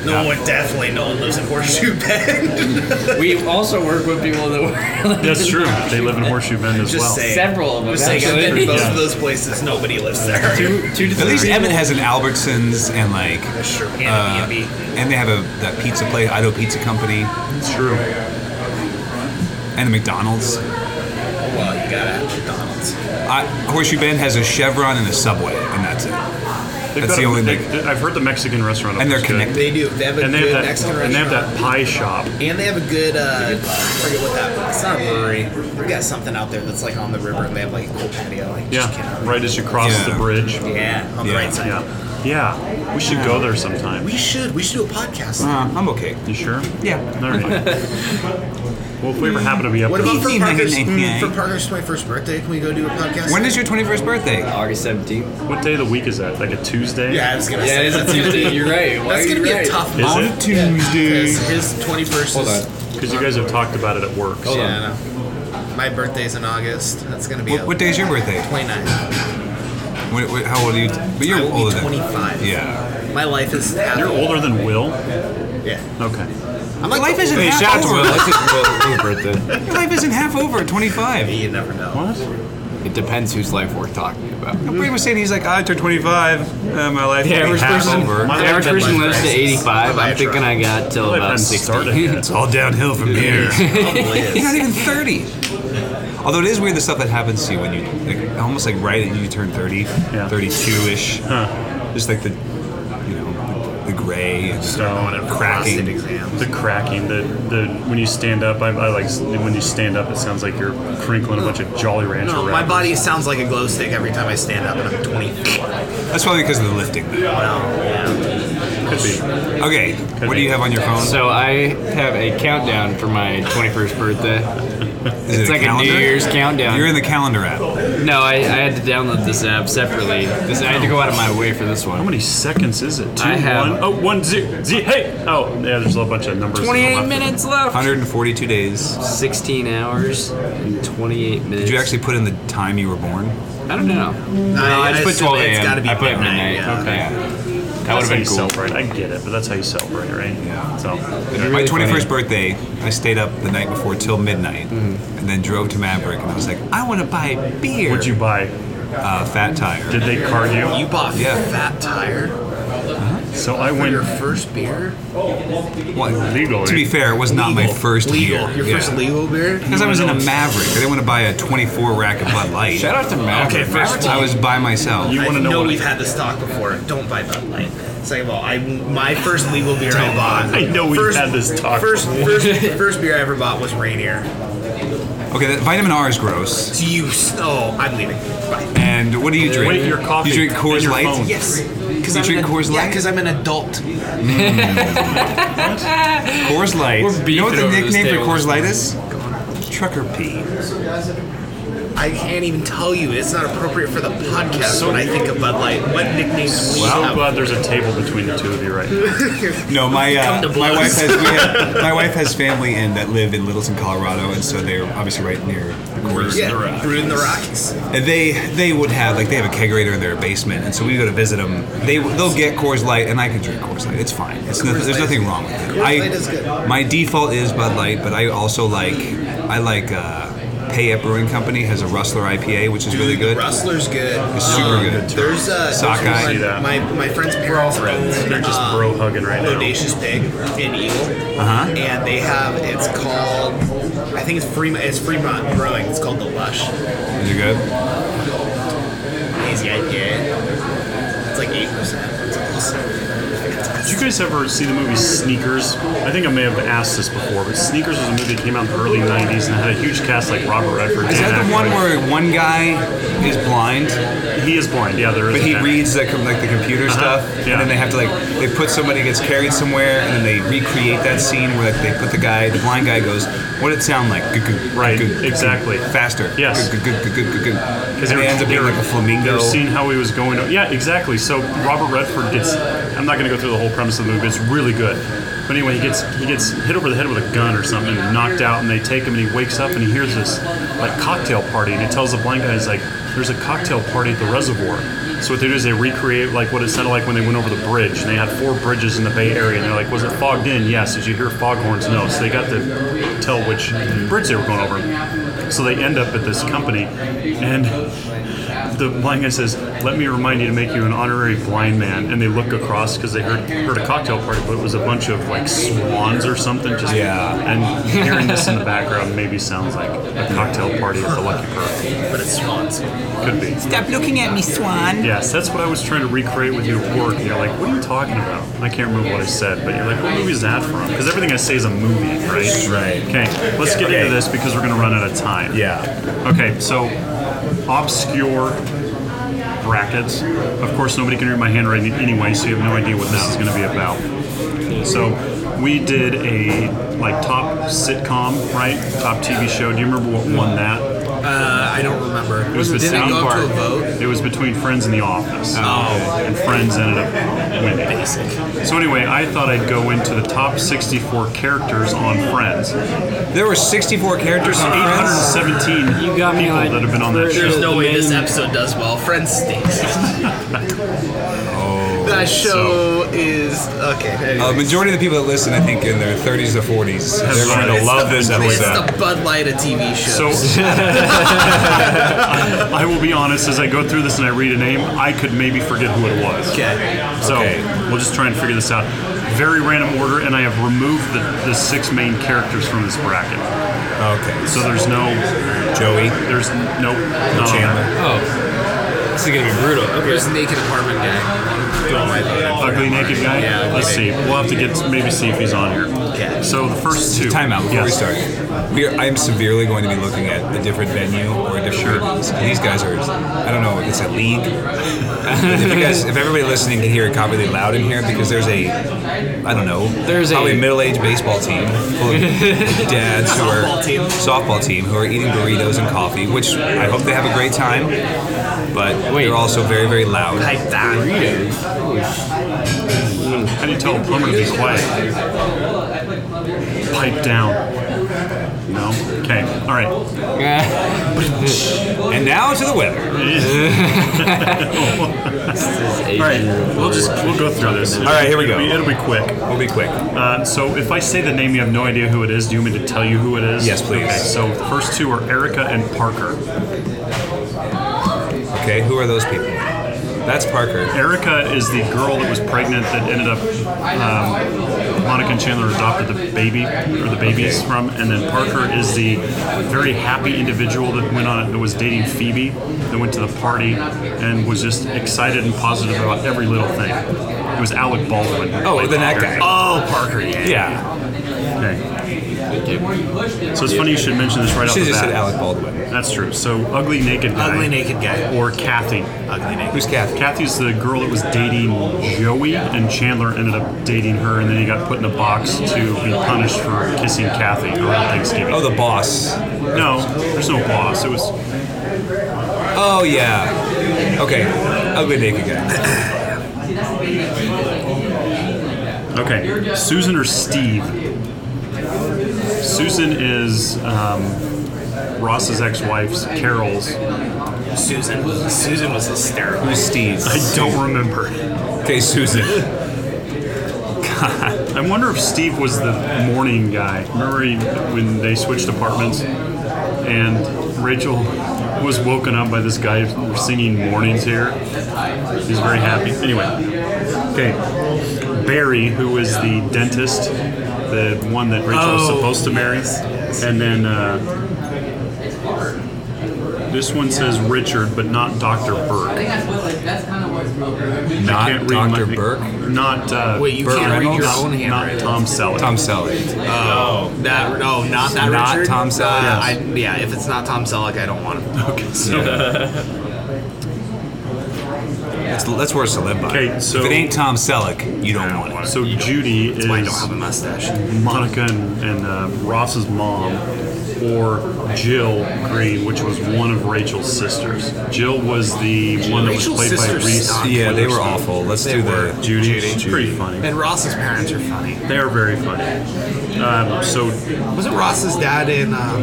S5: No one definitely no one lives in Horseshoe Bend.
S6: We also work with people that were.
S2: That's true. They live in Horseshoe Bend as
S5: Just
S2: well.
S5: saying.
S6: Several of them,
S5: Just saying, I've been to
S6: actually.
S5: both
S2: Yeah.
S5: of those places. Nobody lives there.
S6: Two, two to
S1: At
S6: three
S1: least
S6: people.
S1: Emmett has an Albertsons and like,
S5: Sure, and
S1: uh,
S5: B&B.
S1: and they have a that pizza place, Idaho Pizza Company,
S2: It's true.
S1: and a McDonald's.
S5: Well, Oh, you gotta have McDonald's.
S1: I, Horseshoe Bend has a Chevron and a Subway, and that's it.
S2: They've
S1: That's
S2: got
S1: the
S2: a-
S1: only
S2: they-
S1: thing.
S2: I've heard the Mexican restaurant. up
S1: And they're
S2: there's good.
S1: connected.
S5: They do. They have a
S2: And they
S5: good
S2: have that.
S5: Mexican
S2: And they have
S5: restaurant.
S2: that pie shop.
S5: And they have a good, uh, I forget what that, it's not a brewery. They've got something out there that's like on the river and they have like a cool patio. Like, just can't
S2: Yeah.
S5: remember.
S2: Right as you cross
S1: Yeah.
S2: the bridge.
S5: Yeah, on
S1: Yeah.
S5: the right side.
S2: Yeah. Yeah. We should go there sometime.
S5: We should, we should do a podcast.
S1: Uh, I'm okay.
S2: You sure?
S1: Yeah.
S2: All right. Well, if we ever happen to be up
S5: What
S2: there,
S5: about for Parker's,
S1: Yeah.
S5: mm, for Parker's 21st birthday? Can we go do a podcast?
S1: When is your 21st birthday?
S6: August 17th.
S2: what day of the week is that? Like a Tuesday?
S5: Yeah, I was gonna
S6: Yeah,
S5: say.
S6: it is a
S5: that's gonna
S6: Tuesday.
S5: be-
S6: You're right. Why
S5: That's
S6: are
S5: gonna
S6: you
S5: be
S6: right?
S5: a tough
S2: Is
S5: month.
S2: it?
S1: Tuesday.
S5: His, his 21st
S6: Hold
S5: is.
S6: on.
S2: Because you guys have talked about it at work. so-
S6: Hold on.
S5: Yeah, I know. My birthday's in August. That's gonna be
S1: What, what day is your birthday?
S5: 29.
S1: What, what, how old are you? But you're
S5: I will be
S1: older than.
S5: 25.
S1: Yeah.
S5: My life is.
S2: You're older than Will?
S5: Yeah.
S2: Okay.
S5: I'm like
S1: Life
S5: the
S1: isn't
S5: oldest-
S1: half over.
S6: birthday.
S1: Life isn't half over at 25.
S5: You never know.
S2: What?
S6: It depends whose life we're talking about.
S1: Brady was saying he's like, I turned 25. Uh, my life
S6: The
S1: will be
S6: average
S1: half
S6: person,
S1: over.
S2: My
S6: the average
S2: life
S6: person
S2: hasn't
S6: lives to
S5: started.
S6: 85.
S5: My
S6: I'm thinking I got till
S2: My life
S6: about
S2: hasn't
S6: 60.
S2: started yet.
S1: It's all downhill from here.
S5: Probably
S1: You're not
S5: is.
S1: even 30. Although it is weird the stuff that happens to you when you, like, almost like right at you turn 30,
S2: Yeah.
S1: 32 ish.
S2: Huh.
S1: Just like the, you know, the, the gray and
S2: So.
S1: cracking.
S5: Prostate exams.
S2: The cracking, the the when you stand up, I, I like when you stand up. It sounds like you're crinkling a bunch of Jolly Rancher.
S5: No, my
S2: wrappers.
S5: body sounds like a glow stick every time I stand up, and I'm 24.
S1: That's probably because of the lifting.
S5: Wow. Yeah.
S2: could be.
S1: Okay, what do you have on your phone?
S6: So I have a countdown for my 21st birthday.
S1: Is
S6: It's
S1: it
S6: like a New
S1: calendar?
S6: Year's countdown.
S1: You're in the calendar app.
S6: No, I, I had to download this app separately. This, I had to go out of my way for this
S2: How
S6: one.
S2: many seconds is it? Two,
S6: I have-
S2: one, oh, one, zero, zero, hey! Oh, yeah, there's a bunch of numbers.
S6: 28 minutes left.
S1: 142 days.
S6: 16 hours and 28 minutes.
S1: Did you actually put in the time you were born?
S6: I don't know. No, I, just put
S5: assume
S6: 12 a.m.
S5: it's gotta be
S6: I put midnight.
S5: midnight, yeah.
S6: Okay. That would
S2: That's how
S6: have been
S2: you
S6: cool.
S2: celebrate. I get it, but that's how you celebrate, right?
S1: Yeah.
S2: So,
S6: Really
S1: My 21st
S6: funny.
S1: birthday, I stayed up the night before till midnight and then drove to Maverick and I was like, I want to buy beer.
S2: Mm-hmm. what'd you buy?
S1: Uh, fat Tire.
S2: Did they card you?
S5: You bought
S1: Yeah.
S5: Fat Tire
S2: So I
S5: for your
S2: went
S5: first beer?
S1: Well,
S2: legal.
S1: To be fair, it was not my
S5: Legal.
S1: first
S5: legal.
S1: beer.
S5: Your first legal beer?
S1: Because I was in a Maverick. I didn't want to buy a 24 rack of Bud Light.
S6: Shout out to Maverick.
S5: Okay, first of all,
S1: I was by myself.
S2: You
S5: I
S2: want to know,
S5: know
S2: what
S5: we've had this talk before. Don't buy Bud Light. Second of all, I my first legal beer I bought.
S2: I know we've
S5: first,
S2: had this talk
S5: First, first, first beer I ever bought was Rainier.
S1: Okay, that vitamin R is gross.
S5: Do you? s- Oh, I'm leaving. Bye.
S1: And what do you drink?
S2: Wait, your coffee
S1: You drink
S2: and
S1: Coors
S2: your
S1: Light?
S2: phone.
S5: Yes. Because
S1: You drink Coors
S5: Yeah,
S1: Light?
S5: because I'm an adult.
S1: Coors Light.
S6: We're
S1: you know what
S6: beefing
S1: the
S6: over this
S1: nickname for
S6: table.
S1: Coors Light is? Trucker pee.
S5: I can't even tell you. It's not appropriate for the podcast when I think of Bud Light. What nicknames do we
S2: so
S5: have?
S2: glad there's a table between the two of you right now.
S1: No, my uh,
S5: to
S1: my
S5: blows.
S1: wife has we have, my wife has family in that live in Littleton, Colorado, and so they're obviously right near the Coors.
S5: yeah, brewed in the Rockies.
S1: And they they would have like they have a kegerator in their basement, and so we go to visit them. They they'll get Coors Light, and I can drink Coors Light. It's fine. It's no, there's
S5: Coors Light is
S1: nothing
S5: good.
S1: wrong with it.
S5: Coors
S1: I,
S5: Light is good.
S1: My default is Bud Light, but I also like I like uh, Payette Brewing Company has a Rustler IPA, which is really good.
S5: Rustler's good.
S1: It's super good.
S5: There's uh,
S1: Sockeye.
S5: there's
S2: See that.
S5: one- my my friend's parents own
S2: They're just
S5: um,
S2: bro hugging right now.
S5: Audacious Pig in Eagle, uh-huh. and they have it's called I think it's Fremont it's Fremont Brewing. It's called the Lush.
S1: Is it good?
S5: Easy IPA. It's like eight percent. It's awesome.
S2: Did you guys ever see the movie Sneakers? I think I may have asked this before, but Sneakers was a movie that came out in the early '90s and had a huge cast like Robert Redford.
S1: Is
S2: Dan
S1: that the one
S2: Aykroyd.
S1: where one guy is blind,
S2: he is blind? Yeah, there is.
S1: but
S2: a
S1: he
S2: man.
S1: reads the, com- like the computer stuff, and
S2: yeah.
S1: then they have to like they put somebody gets carried somewhere, and then they recreate that scene where like, they put the guy, the blind guy goes, "What did it sound like?" Goo, goo,
S2: Right,
S1: goo, goo, goo,
S2: exactly.
S1: faster.
S2: Yes.
S1: Goo, goo, goo, goo, goo, goo. And
S2: they
S1: it
S2: were-
S1: ends up
S2: they
S1: being
S2: were-
S1: like a
S2: they
S1: flamingo.
S2: were seeing how he was going. To, yeah, exactly. So Robert Redford gets. I'm not going to go through the whole premise of the movie. It's really good. But anyway, he gets he gets hit over the head with a gun or something, and knocked out, and they take him, and he wakes up, and he hears this like cocktail party, and he tells the blind guy, he's like, "There's a cocktail party at the reservoir." So what they do is they recreate like what it sounded like when they went over the bridge, and they had four bridges in the Bay Area, and they're like, "Was it fogged in?" Yes. Did you hear foghorns? No. So they got to tell which bridge they were going over. So they end up at this company, and the blind guy says, "Let me remind you to make you an honorary blind man." And they look across because they heard heard a cocktail party, but it was a bunch of like swans or something. Just
S1: Yeah.
S2: And hearing this in the background maybe sounds like a cocktail party at the Lucky Pearl, but it's swans. Could be.
S7: Stop looking at me, Swan.
S2: Yes, that's what I was trying to recreate with you at work. And you're like, "What are you talking about?" I can't remember what I said, but you're like, "What movie is that from?" Because everything I say is a movie, right?
S1: Right.
S2: Okay, let's get
S1: Okay.
S2: into this because we're gonna run out of time.
S1: Yeah.
S2: Okay, so obscure brackets. Of course, nobody can read my handwriting anyway, so you have no idea what this is going to be about. So we did a like top sitcom, right? Top TV show. Do you remember what won that?
S5: Uh, I don't remember.
S2: It was,
S5: Did
S2: the
S5: it
S2: sound
S5: go
S2: part.
S5: to a vote?
S2: It was between Friends and The Office. Oh, and Friends ended up winning. Basic. So anyway, I thought I'd go into the top 64 characters on Friends.
S1: There were 64 characters
S2: There's
S1: on Friends.
S2: 817
S6: You got me
S2: people
S6: like-
S2: that have been on that
S5: There's
S2: show.
S5: no way this episode does well. Friends stinks.
S2: Oh,
S5: that show is okay. anyway.
S1: Uh, majority of the people that listen, I think, in their 30s to 40s, they're
S2: learned
S1: going
S2: a
S1: to
S2: lot
S1: love this
S2: from
S5: it's
S2: this
S1: episode.
S5: the Bud Light of TV shows.
S2: So I will be honest, as I go through this and I read a name, I could maybe forget who it was.
S5: okay.
S2: So
S1: Okay.
S2: we'll just try and figure this out. Very random order, and I have removed the, the six main characters from this bracket.
S1: Okay,
S2: So
S1: so
S2: there's no,
S1: Joey,
S2: there's no, no
S1: Chandler,
S6: Oh. This is gonna be brutal. Okay.
S5: There's naked apartment guy. Don't mind that.
S2: Ugly naked guy.
S5: Yeah, ugly
S2: Let's see. We'll have to get maybe see if he's on here.
S5: podcast.
S2: So the first two.
S1: Time out before we
S2: yes.
S1: start. We are, I'm severely going to be looking at a different venue or a different. Sure. These guys are, I don't know, it's a league. But if, you guys, if everybody listening can hear it probably loud in here, because there's a, I don't know,
S6: There's a-
S1: probably middle-aged baseball team full of dads who are
S5: Softball team.
S1: softball team who are eating burritos and coffee, which I hope they have a great time. But
S6: Wait.
S1: they're also very, very loud.
S5: Type that.
S6: Burritos.
S2: How do you tell a plumber to be quiet? Pipe down. No? Okay. All right.
S1: And now to the weather.
S2: All right. We'll just we'll go through this. All
S1: right, here we go.
S2: It'll be quick.
S1: We'll be quick.
S2: Uh, so if I say the name, you have no idea who it is. Do you want me to tell you who it is?
S1: Yes, please.
S2: Okay, so the first two are Erica and Parker.
S1: Okay, who are those people? That's Parker.
S2: Erica is the girl that was pregnant that ended up um, Monica and Chandler adopted the baby or the babies
S1: Okay.
S2: from, and then Parker is the very happy individual that went on that was dating Phoebe, that went to the party and was just excited and positive about every little thing. It was Alec Baldwin.
S1: Oh, then that guy.
S2: Oh, Parker. Yeah.
S1: Yeah.
S2: Okay. So it's funny you should mention this right off
S1: She
S2: the
S1: just
S2: bat.
S1: said Alec Baldwin.
S2: That's true. So ugly naked guy.
S5: Ugly naked guy.
S2: Or Kathy.
S5: Ugly
S1: Who's
S5: naked.
S1: Kathy?
S2: Kathy's the girl that was dating Joey, and Chandler ended up dating her, and then he got put in a box to be punished for kissing Kathy around Thanksgiving.
S1: Oh, the boss.
S2: no, there's no boss. It was
S1: Oh yeah. Okay. Ugly naked guy.
S2: okay. Susan or Steve. Susan is um, Ross's ex-wife's Carol's.
S5: Susan. Susan was hysterical.
S1: Who's Steve?
S2: I don't remember.
S1: Okay, Susan.
S2: I wonder if Steve was the morning guy. Remember he, when they switched apartments and Rachel was woken up by this guy singing mornings here. He's very happy. Anyway, okay. Barry, who is the dentist, the one that Rachel was
S5: Oh,
S2: supposed to marry, and then uh, this one says Richard, but not Doctor Burke. I
S1: Not
S2: can't read my-
S1: Dr. Burke.
S2: Not uh,
S5: Wait, you
S2: Burt
S5: can't read your
S2: Reynolds,
S5: own
S2: not
S5: handwriting.
S2: Tom Selleck.
S1: Tom Selleck.
S5: Oh, that no, not that
S1: Not
S5: Richard.
S1: Tom Selleck.
S5: Uh, I,
S2: Yes.
S5: yeah, if it's not Tom Selleck, I don't want him.
S2: Okay, so
S1: That's, that's worse to live by.
S2: Okay, so-
S1: if it ain't Tom Selleck, you don't want it.
S2: So Judy is
S5: That's why I don't have a mustache.
S2: Monica and, and uh, Ross's mom, or Jill Green, which was one of Rachel's sisters. Jill was the one that was
S5: Rachel's
S2: played by
S5: sisters
S2: Reese.
S5: suck.
S1: Yeah, they were awful. Let's do the
S2: Judy, she's pretty funny.
S5: And Ross's parents are funny.
S2: They are very funny. Um, so
S5: Wasn't Ross's dad in um,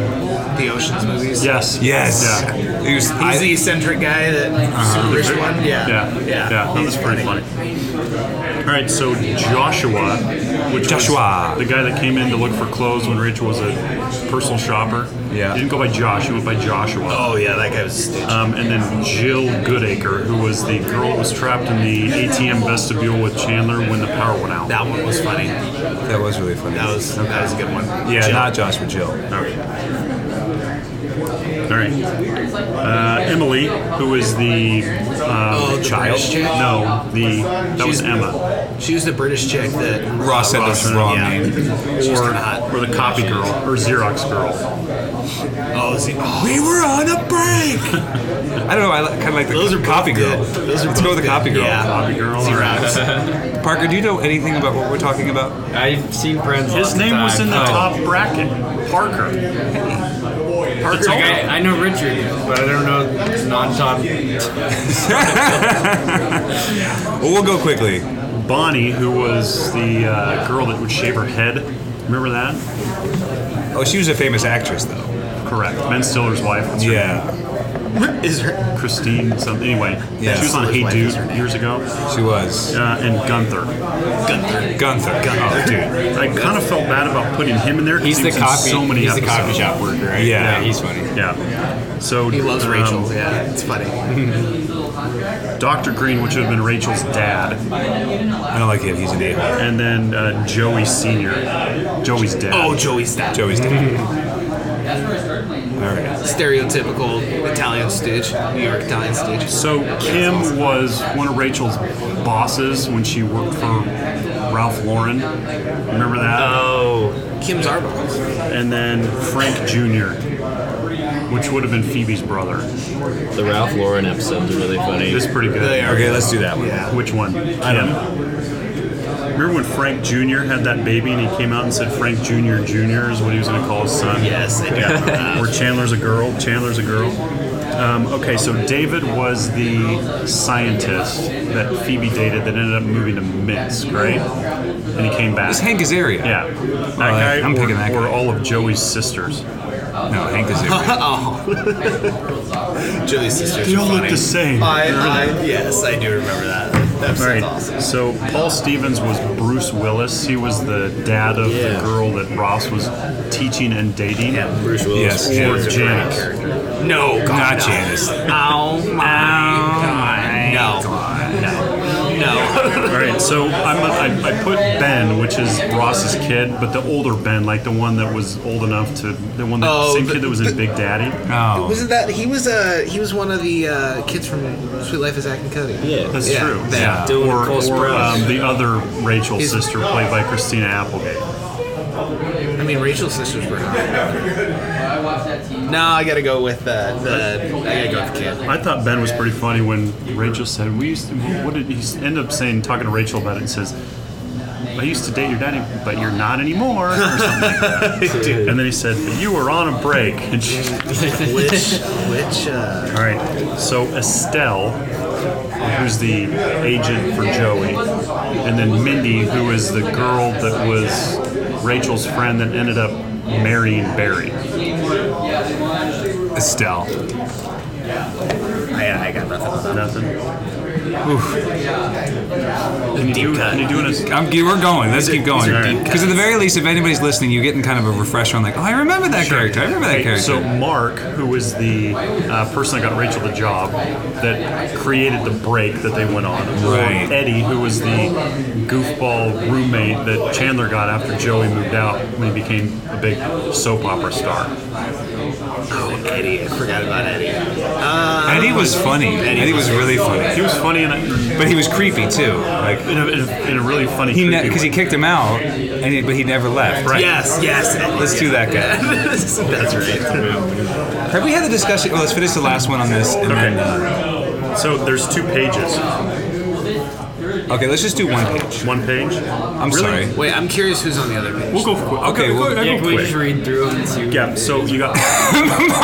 S5: the Ocean's movies?
S2: yes,
S1: Yes.
S2: yeah, Uh-huh.
S1: He was.
S5: He's the
S1: I,
S5: eccentric guy that super rich one. Yeah.
S2: yeah, yeah. That was pretty funny. All right, so Joshua, which was
S1: Joshua.
S2: the guy that came in to look for clothes when Rachel was a personal shopper.
S1: Yeah.
S2: he didn't go by Josh. He went by Joshua.
S5: Oh yeah, that guy was. stupid.
S2: Um, and then Jill Goodacre, who was the girl that was trapped in the ATM vestibule with Chandler when the power went out.
S5: That one was funny.
S1: that was really funny.
S5: That was that was a good one.
S1: yeah,
S5: Jill.
S1: not Joshua Jill.
S2: All right. All right. Uh, Emily, who is the um,
S5: Oh, the
S1: Child?
S5: British chick.
S2: no, the that was
S5: She's-
S2: Emma
S5: She was the British chick that
S1: Ross said
S5: Ross
S1: the
S5: and-
S1: wrong
S5: yeah.
S1: name.
S5: She was kinda hot.
S2: or or the copy girl or Xerox girl.
S5: Oh, is he, oh,
S1: We were on a break. I don't know. I kind of like the
S5: Those are both
S1: copy girl.
S5: good. Those are
S1: Let's go with
S5: both
S1: the
S5: good.
S1: copy girl.
S5: Yeah.
S2: Copy girl.
S1: Parker, do you know anything about what we're talking about?
S6: I've seen friends. lots
S2: His
S6: of Oh.
S2: name was in the
S5: Oh.
S6: times.
S2: top bracket. Parker. Parker.
S6: Like, I, I know Richard, but I don't know non-top.
S1: Well, we'll go quickly.
S2: Bonnie, who was the uh, girl that would shave her head. Remember that?
S1: Oh, she was a famous actress, though.
S2: Correct. Ben Stiller's wife. That's her
S1: Yeah,
S5: is her,
S2: name. Christine. Something. Anyway,
S1: Yeah.
S2: she was on Hey
S5: Stiller's wife
S2: Dude
S5: is her name.
S2: years ago.
S1: she was.
S2: Uh, and Gunther.
S1: Gunther. Oh, dude.
S2: I kind of felt bad about putting him in there. 'cause
S6: He's
S2: he
S6: the
S2: was in
S6: copy.
S2: So many
S6: he's the
S2: episodes.
S6: coffee shop worker, right?
S1: Yeah.
S6: he's funny.
S2: Yeah. So
S5: he loves
S2: um,
S5: Rachel. yeah, it's funny.
S2: Dr. Green, which would have been Rachel's dad,
S1: I don't like him. He's an a-hole.
S2: and then uh, Joey Senior. Joey's dad. Mm-hmm.
S5: Oh, Joey's dad.
S1: Joey's dead.
S5: stereotypical Italian stitch, New York Italian stitch.
S2: So Kim was one of Rachel's bosses when she worked for Ralph Lauren. Remember that?
S5: Oh, Kim's our boss.
S2: and then Frank Jr., which would have been Phoebe's brother.
S6: The Ralph Lauren episodes are really funny.
S2: It's pretty good.
S5: They are.
S1: Okay, let's do that one.
S2: Uh, Which one? I don't know. Remember when Frank Jr. had that baby and he came out and said Frank Jr. Jr. is what he was going to call his son?
S5: Yes, I do remember
S2: Yeah. Where Chandler's a girl. Chandler's a girl. Um, okay, so David was the scientist that Phoebe dated that ended up moving to Minsk, right? And he came back.
S1: It's Hank Azaria.
S2: Yeah. That guy,
S1: I'm
S2: or,
S1: picking that guy.
S2: or all of Joey's sisters.
S1: No, Hank Azaria.
S5: oh, Julie's sisters.
S2: They
S5: are
S2: all look
S5: funny.
S2: the same.
S5: I, I, yes, I do remember that. That's
S2: All right.
S5: awesome.
S2: So Paul Stevens was Bruce Willis. He was the dad of the
S5: Yeah.
S2: girl that Ross was teaching and dating.
S5: Bruce
S1: Yes,
S5: Willis.
S2: Or
S1: Janice.
S2: Janice.
S5: No,
S1: Not
S5: God, no.
S1: Janice.
S5: Oh my God. No. No.
S2: All right. So I'm a, I, I put Ben, which is Ross's kid, but the older Ben, like the one that was old enough to the one that
S5: Oh,
S2: same
S5: the-
S2: kid that was in Big Daddy.
S1: Oh.
S5: Wasn't that he was uh he was one of the uh, kids from Sweet Life of Zack and Cody?
S6: Yeah.
S2: That's
S5: Yeah,
S2: true.
S5: that.
S6: Dylan
S2: Or,
S6: Cole
S2: or
S6: Sprouse.
S2: um, the other Rachel
S5: He's-
S2: sister, played by Christina Applegate.
S5: I mean, Rachel's sisters were not. No, I gotta go with uh, the. I gotta go with the kid.
S2: I thought Ben was pretty funny when Rachel said, "We used to." What did he end up saying? Talking to Rachel about it, and says, "I used to date your daddy, but you're not anymore." Or something like that. and then he said, "But you were on a break." And she,
S5: Which which uh,
S2: all right. So Estelle, who's the agent for Joey, and then Mindy, who is the girl that was Rachel's friend that ended up marrying Barry.
S1: Estelle.
S5: I, I got nothing. on
S2: Nothing. Oof. And you do, and you doing a
S1: I'm, we're going. Let's keep going.
S2: these are deep
S1: Because at the very least, if anybody's listening, you're getting kind of a refresher on like, oh, I remember that character. I remember that
S2: Hey,
S1: character.
S2: So Mark, who was the uh, person that got Rachel the job, that created the break that they went on,
S1: Right.
S2: or Eddie, who was the goofball roommate that Chandler got after Joey moved out when he became a big soap opera star.
S5: that. Eddie, I forgot about Eddie.
S1: Eddie was funny. Eddie, was really funny,
S2: He um, was funny in a,
S1: but he was creepy too. Like
S2: in a, in a, in a really funny.
S1: he
S2: creepy
S1: because he
S2: way.
S1: kicked him out, and he, but he never left.
S2: Right.
S5: Yes, yes. Eddie.
S1: Let's do that guy.
S5: That's right.
S1: Have we had the discussion? Well, let's finish the last one on this. And Then, uh,
S2: So there's two pages.
S1: uh, okay, let's just do one page.
S2: One page.
S1: I'm sorry.
S5: Wait, I'm curious who's on the other page.
S2: We'll go. Quick.
S1: Okay, well,
S6: yeah, can we just read through them and see what
S2: Yeah. So you got.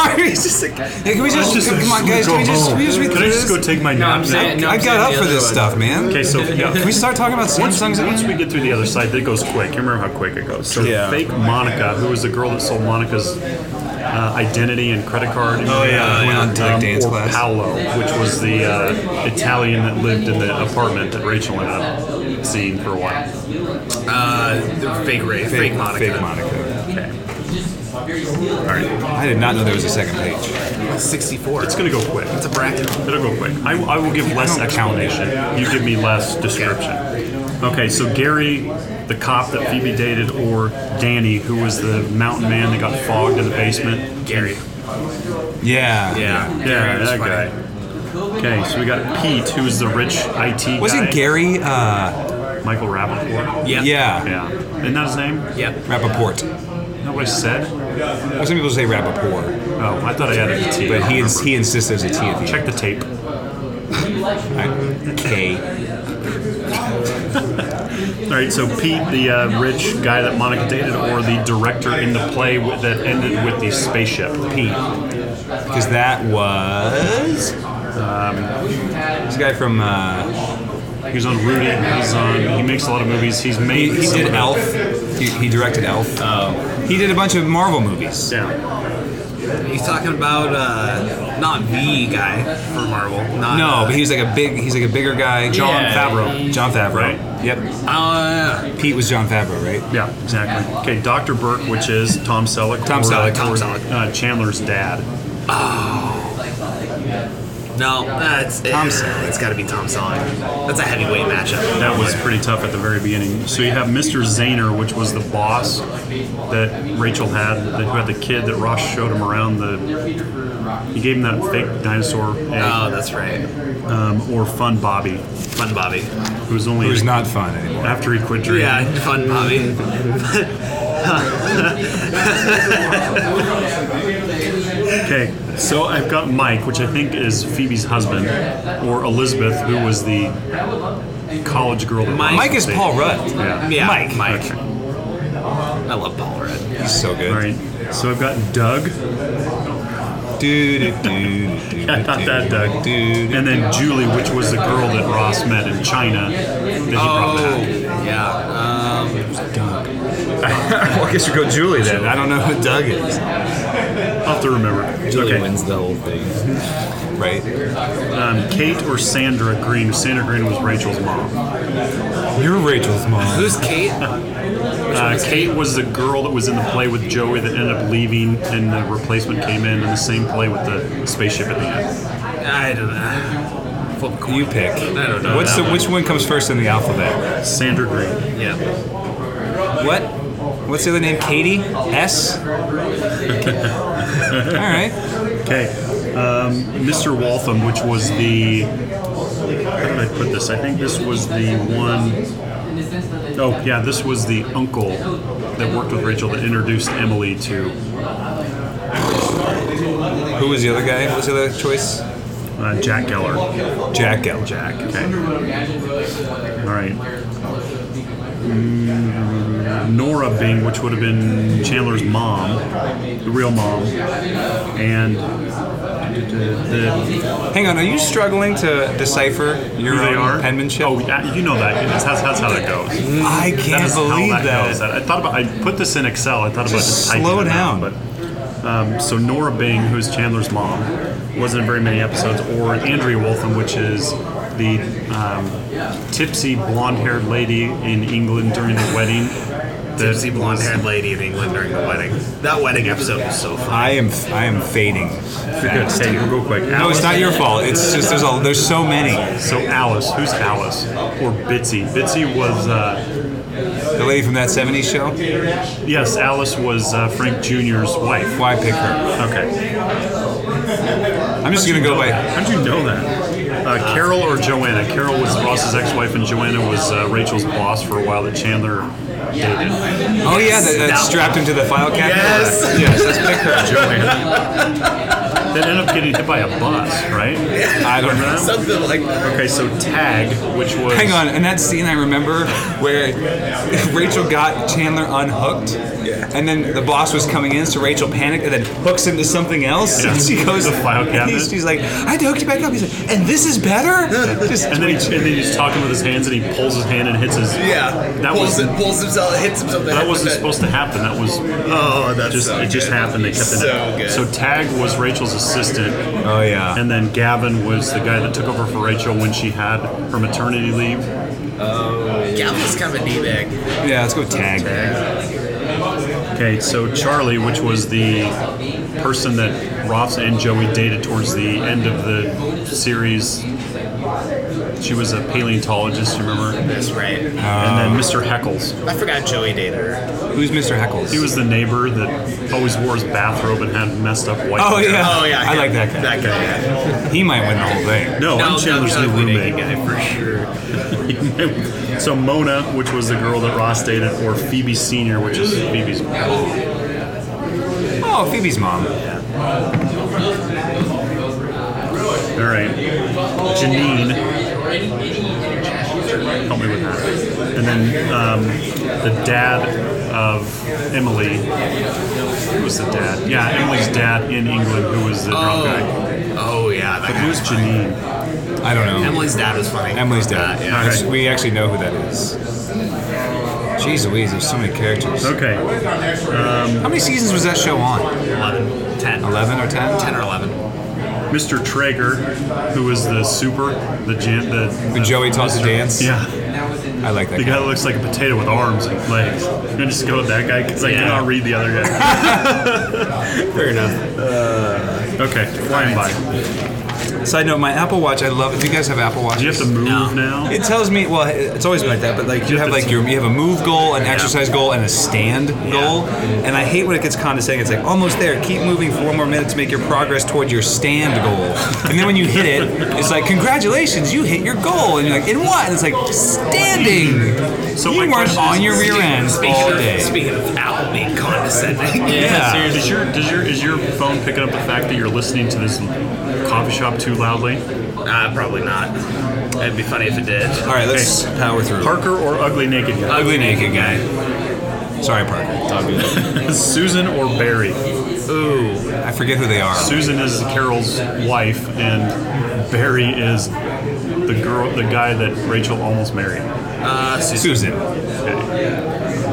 S1: Mario's just like, hey, can we just,
S2: Let's just-
S1: come on, guys?
S2: let's go
S1: Can we just,
S2: home.
S1: can we just read
S2: Can I
S1: through
S2: just go
S1: this?
S2: take my
S6: I'm
S2: nap? now?
S6: saying- No,
S1: I
S6: I'm
S1: got
S6: saying
S1: up
S6: the
S1: for
S6: other
S1: this
S6: one.
S1: stuff, man.
S2: Okay, so yeah.
S1: Can we start talking about
S2: Once,
S1: Samsung's again?
S2: once we get through the other side, that goes quick. You remember how quick it goes. So
S1: Yeah.
S2: fake Monica, who was the girl that sold Monica's uh, identity and credit card. Oh
S1: yeah, yeah. Went on to, like, dance
S2: or
S1: class.
S2: Paolo, which was the uh, Italian that lived in the apartment that Rachel ended up seeing for a while.
S5: Uh, fake Ray, fake, Monica.
S1: Fake Monica.
S2: Okay.
S1: All right. I did not know there was a second page.
S5: 64.
S2: It's gonna go quick.
S5: It's a bracket.
S2: It'll go quick. I, I will give less explanation. You give me less description. Okay, so Gary, the cop that Phoebe dated, or Danny, who was the mountain man that got fogged in the basement. Gary.
S1: Yeah.
S5: Yeah.
S2: Yeah,
S5: that's
S2: that
S5: funny.
S2: guy. Okay, so we got Pete, who's the rich IT
S1: Was
S2: guy.
S1: it Gary? Uh,
S2: Michael Rappaport.
S5: Yep.
S1: yeah.
S2: Yeah. Isn't that his name?
S5: Yep.
S1: Rappaport.
S2: Nobody said?
S1: Well, some people say Rappaport,
S2: Oh, I thought I added a T.
S1: but he ins-
S2: Remember.
S1: he insists there's a T at the
S2: Check the tape.
S1: end. K.
S2: All right, so Pete, the uh, rich guy that Monica dated, or the director in the play with, that ended with the spaceship, Pete.
S1: Because that was. Um, this guy from. Uh,
S2: He's on Rudy. He's on. He makes a lot of movies. He's made.
S1: he, he
S2: some
S1: did
S2: of-
S1: Elf. He, he directed Elf. He did a bunch of Marvel movies.
S2: Yeah.
S5: He's talking about uh, not the guy for Marvel. Not,
S1: No, but he was like a big. He's like a bigger guy. John
S6: Yeah.
S1: Favreau. John Favreau.
S2: Right.
S1: Yep.
S5: Uh,
S1: Pete was John Favreau, right?
S2: Yeah. Exactly. Okay. Dr. Burke, which is Tom Selleck.
S1: Tom
S2: or, uh,
S1: Selleck.
S2: Tom Selleck. Uh, Chandler's dad.
S5: No, uh, it's Tom Selleck. It's got to be Tom Selleck. That's a heavyweight matchup.
S2: That was pretty tough at the very beginning. So you have Mr. Zahner, which was the boss that Rachel had, that who had the kid that Ross showed him around the. He gave him that fake dinosaur egg,
S5: Oh, that's right.
S2: um, or Fun Bobby,
S5: Fun Bobby.
S2: who was only
S1: Who's not fun anymore?
S2: after he quit drinking.
S5: Yeah, Fun Bobby.
S2: Okay, so I've got Mike, which I think is Phoebe's husband, or Elizabeth, who was the college girl. that
S5: Mike-
S2: Ross
S1: Mike is
S2: dated.
S1: Paul Rudd.
S2: Yeah.
S5: Yeah, Mike. Mike.
S2: Okay.
S5: I love Paul Rudd.
S1: He's so good.
S2: All right. So I've got Doug, I
S1: I
S2: thought that, uh, Doug. and then Julie, which was the girl that Ross met in China that he brought back.
S5: yeah. Um,
S1: I guess we go Julie then. I don't know who Doug is.
S2: I'll have to remember.
S6: Julie
S2: okay.
S6: wins the whole thing.
S1: Right?
S2: Um, Kate or Sandra Green. Sandra Green was Rachel's mom.
S1: You're Rachel's mom.
S5: who's Kate?
S2: Uh, Kate was the girl that was in the play with Joey that ended up leaving, and the replacement came in in the same play with the spaceship at the end.
S5: I don't know. Flip a coin.
S1: You pick.
S5: Oh, I don't know.
S1: What's
S5: that
S1: the which one comes first in the alphabet?
S2: Sandra Green.
S5: one. Yeah.
S1: What? What's the other name? Katie S. All right.
S2: Okay. Um, Mr. Waltham, which was the. How did I put this? I think this was the one. Oh, yeah, this was the uncle that worked with Rachel that introduced Emily to.
S1: Who was the other guy? What was the other choice?
S2: Uh, Jack Geller.
S1: Jack L.
S2: Jack. Okay. All right. Mm, Nora Bing, which would have been Chandler's mom, the real mom, and uh, the
S1: Hang on. Are you struggling to decipher your
S2: who they
S1: own
S2: are.
S1: penmanship?
S2: Oh, yeah, you know that. That's, that's, that's how that goes.
S1: I can't
S2: is
S1: believe
S2: how that, goes.
S1: that.
S2: I thought about. I put this in Excel. I thought about
S1: Just
S2: just typing
S1: slow
S2: it out,
S1: down.
S2: but um, so Nora Bing, who's Chandler's mom, wasn't in very many episodes, or Andrea Waltham, which is the um, tipsy blonde-haired lady in England during the wedding. that
S5: Gypsy blonde haired lady in England during the wedding. That wedding episode was so fun.
S1: I am I am fading.
S2: was- Okay, we'll go quick.
S1: No, it's not your fault. It's just there's a, there's so many.
S2: So Alice, who's Alice or Bitsy? Bitsy was uh,
S1: The lady from that '70s show.
S2: yes, Alice was uh, Frank Jr.'s wife.
S1: Why pick her?
S2: Okay,
S1: I'm just gonna go by.
S2: how'd you know that? Uh, Carol or Joanna? Carol was Ross's ex-wife, and Joanna was uh, Rachel's boss for a while that Chandler dated.
S1: Oh yeah, that, that strapped into the file cabinet.
S5: Yes.
S1: yes. Let's pick her.
S2: Joanna. That ended up getting hit by a bus, right?
S1: I don't know.
S5: Something like that.
S2: Okay, so Tag, which was
S1: Hang on, and that scene I remember where Rachel got Chandler unhooked, and then the boss was coming in, so Rachel panicked and then hooks him to something else,
S2: Yeah.
S1: and she goes
S2: The file
S1: and he's-
S2: cabinet.
S1: She's like, "I had to hook you back up." He's like, "And this is better." Just
S2: and then he and then he's talking with his hands, and he pulls his hand and hits his. that was
S5: it, pulls himself, hits himself.
S2: that wasn't supposed to happen. That was
S5: Oh, that's
S2: just
S5: so
S2: it just
S5: good.
S2: happened. They kept it.
S5: So good.
S2: So Tag was Rachel's assistant,
S1: oh yeah.
S2: and then Gavin was the guy that took over for Rachel when she had her maternity leave.
S5: Gavin's kind of a d-bag.
S1: yeah, let's go tag.
S2: Okay, so Charlie, which was the person that Ross and Joey dated towards the end of the series, she was a paleontologist. You remember?
S5: That's right.
S2: and then Mr. Heckles.
S5: I forgot Joey dated her.
S1: Who's Mr. Heckles?
S2: He was the neighbor that always wore his bathrobe and had messed up white.
S1: Oh
S2: hair.
S1: yeah.
S5: Oh yeah,
S1: I like that guy.
S5: That guy. Yeah.
S1: He might win the whole thing.
S2: No, I'm Chandler's new roommate.
S5: guy for sure.
S2: so Mona, which was the girl that Ross dated, or Phoebe Senior, which is Phoebe's mom.
S1: Oh, Phoebe's mom.
S2: All right, Janine. Help me with that. And then um, the dad of Emily. Who was the dad? Yeah, Emily's dad in England, who was the drunk guy.
S5: Oh yeah, that guy.
S2: Who's Janine?
S1: I don't know.
S5: Emily's dad was funny.
S1: Emily's dad.
S5: Uh,
S2: yeah. Okay.
S1: We actually know who that is. Jeez Louise, there's so many characters.
S2: Okay,
S1: How many seasons was that show on?
S5: yeah. 11, 10.
S1: 11 or 10?
S5: 10 or 11.
S2: Mr. Traeger, who was the super, the jan, the,
S1: When Joey taught to dance?
S2: yeah,
S1: I like that
S2: the
S1: guy.
S2: guy that looks like a potato with arms and legs. I'm gonna just go with that guy because I cannot read the other guy.
S5: Fair enough.
S2: Okay, flying by.
S1: Side note: My Apple Watch. I love. If you guys have Apple Watches,
S2: Do you have to move now?
S1: It tells me. Well, it's always been like that. But like you have like your you have a move goal, an exercise goal, and a stand goal. And I hate when it gets condescending. It's like almost there. Keep moving four more minutes. Make your progress toward your stand goal. And then when you hit it, it's like congratulations, you hit your goal. And you're like in what? And it's like standing.
S2: So
S1: you
S2: my
S1: weren't
S2: question
S1: on
S2: is-
S1: your rear end all day.
S7: Speaking of Apple being condescending.
S1: Yeah.
S2: Does your does your is your phone picking up the fact that you're listening to this coffee shop too loudly?
S7: Uh, probably not. It'd be funny if it did.
S1: All right, let's power through.
S2: Parker or ugly naked guy?
S1: Ugly naked guy. Sorry, Parker.
S2: Susan or Barry?
S1: Ooh, I forget who they are.
S2: Susan is Carol's wife, and Barry is the girl, the guy that Rachel almost married.
S1: Susan.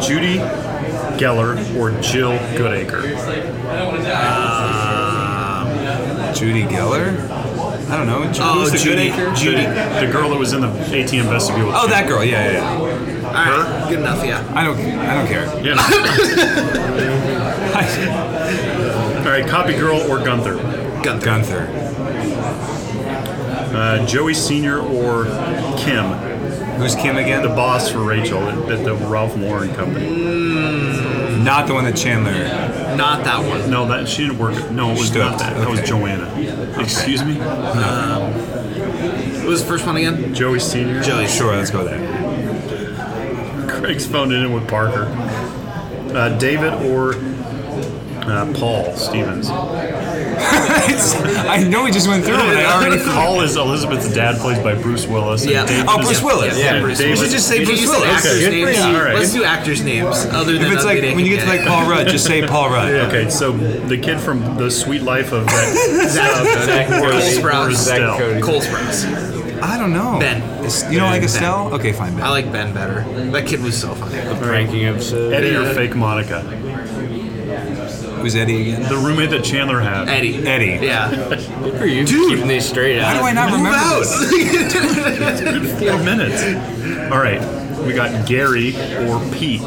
S2: Judy Geller or Jill Goodacre?
S1: Judy Geller? I don't know. Ju-
S5: Oh,
S1: who's the
S5: Judy.
S1: Goodacre?
S5: Judy.
S2: The girl that was in the ATM vestibule. with
S1: Oh,
S2: Jim.
S1: that girl. Yeah, yeah, yeah.
S5: All right, good enough. Yeah.
S1: I don't. I don't care.
S2: Yeah. All right, Copy Girl or Gunther?
S1: Gunther. Gunther.
S2: Uh, Joey Senior or Kim,
S1: Who's Kim again?
S2: the boss for Rachel at, at the Ralph Lauren company.
S1: Not the one that Chandler.
S5: Not that one.
S2: No, that she didn't work. at- No, it was
S1: Stood.
S2: not that. That was
S1: Okay.
S2: Joanna. Excuse me. Um,
S5: What was the first one again?
S2: Joey Senior.
S5: Joey.
S1: Sure, let's go there.
S2: Craig's phoned in with Parker. Uh, David or uh, Paul Stevens.
S1: It's- I know we just went through it. I already.
S2: Paul is Elizabeth's dad, played by Bruce Willis. and
S5: Yeah.
S2: David
S1: Oh,
S2: is-
S1: Bruce Willis.
S2: Yeah,
S1: Yeah,
S2: Bruce
S1: You
S2: Willis.
S1: should just say
S5: Did
S1: Bruce
S5: you say
S1: Willis.
S5: actors'
S2: good for
S5: names?
S2: you. All right.
S5: Let's do actors' names other than
S1: If it's
S5: Ugly
S1: like when
S5: Naked
S1: you get to
S5: Guy.
S1: like Paul Rudd, just say Paul Rudd.
S2: Okay, so the kid from The Sweet Life of that
S5: Zach, Cole Sprouse.
S2: Zach Cody.
S5: Cole Sprouse.
S1: I don't know.
S5: Ben.
S1: Is- You don't like
S5: Ben.
S1: Estelle? Okay, fine. Ben.
S5: I like Ben better. That kid was so funny.
S6: Ranking episode.
S2: Eddie or fake Monica,
S1: Who's Eddie again?
S2: the roommate that Chandler had.
S5: Eddie.
S1: Eddie.
S5: Yeah.
S6: Good for you, Dude. keeping these straight
S1: How do
S6: out.
S1: I not
S5: Move
S1: remember?
S5: out.
S1: this?
S2: Four minutes. All right, we got Gary or Pete.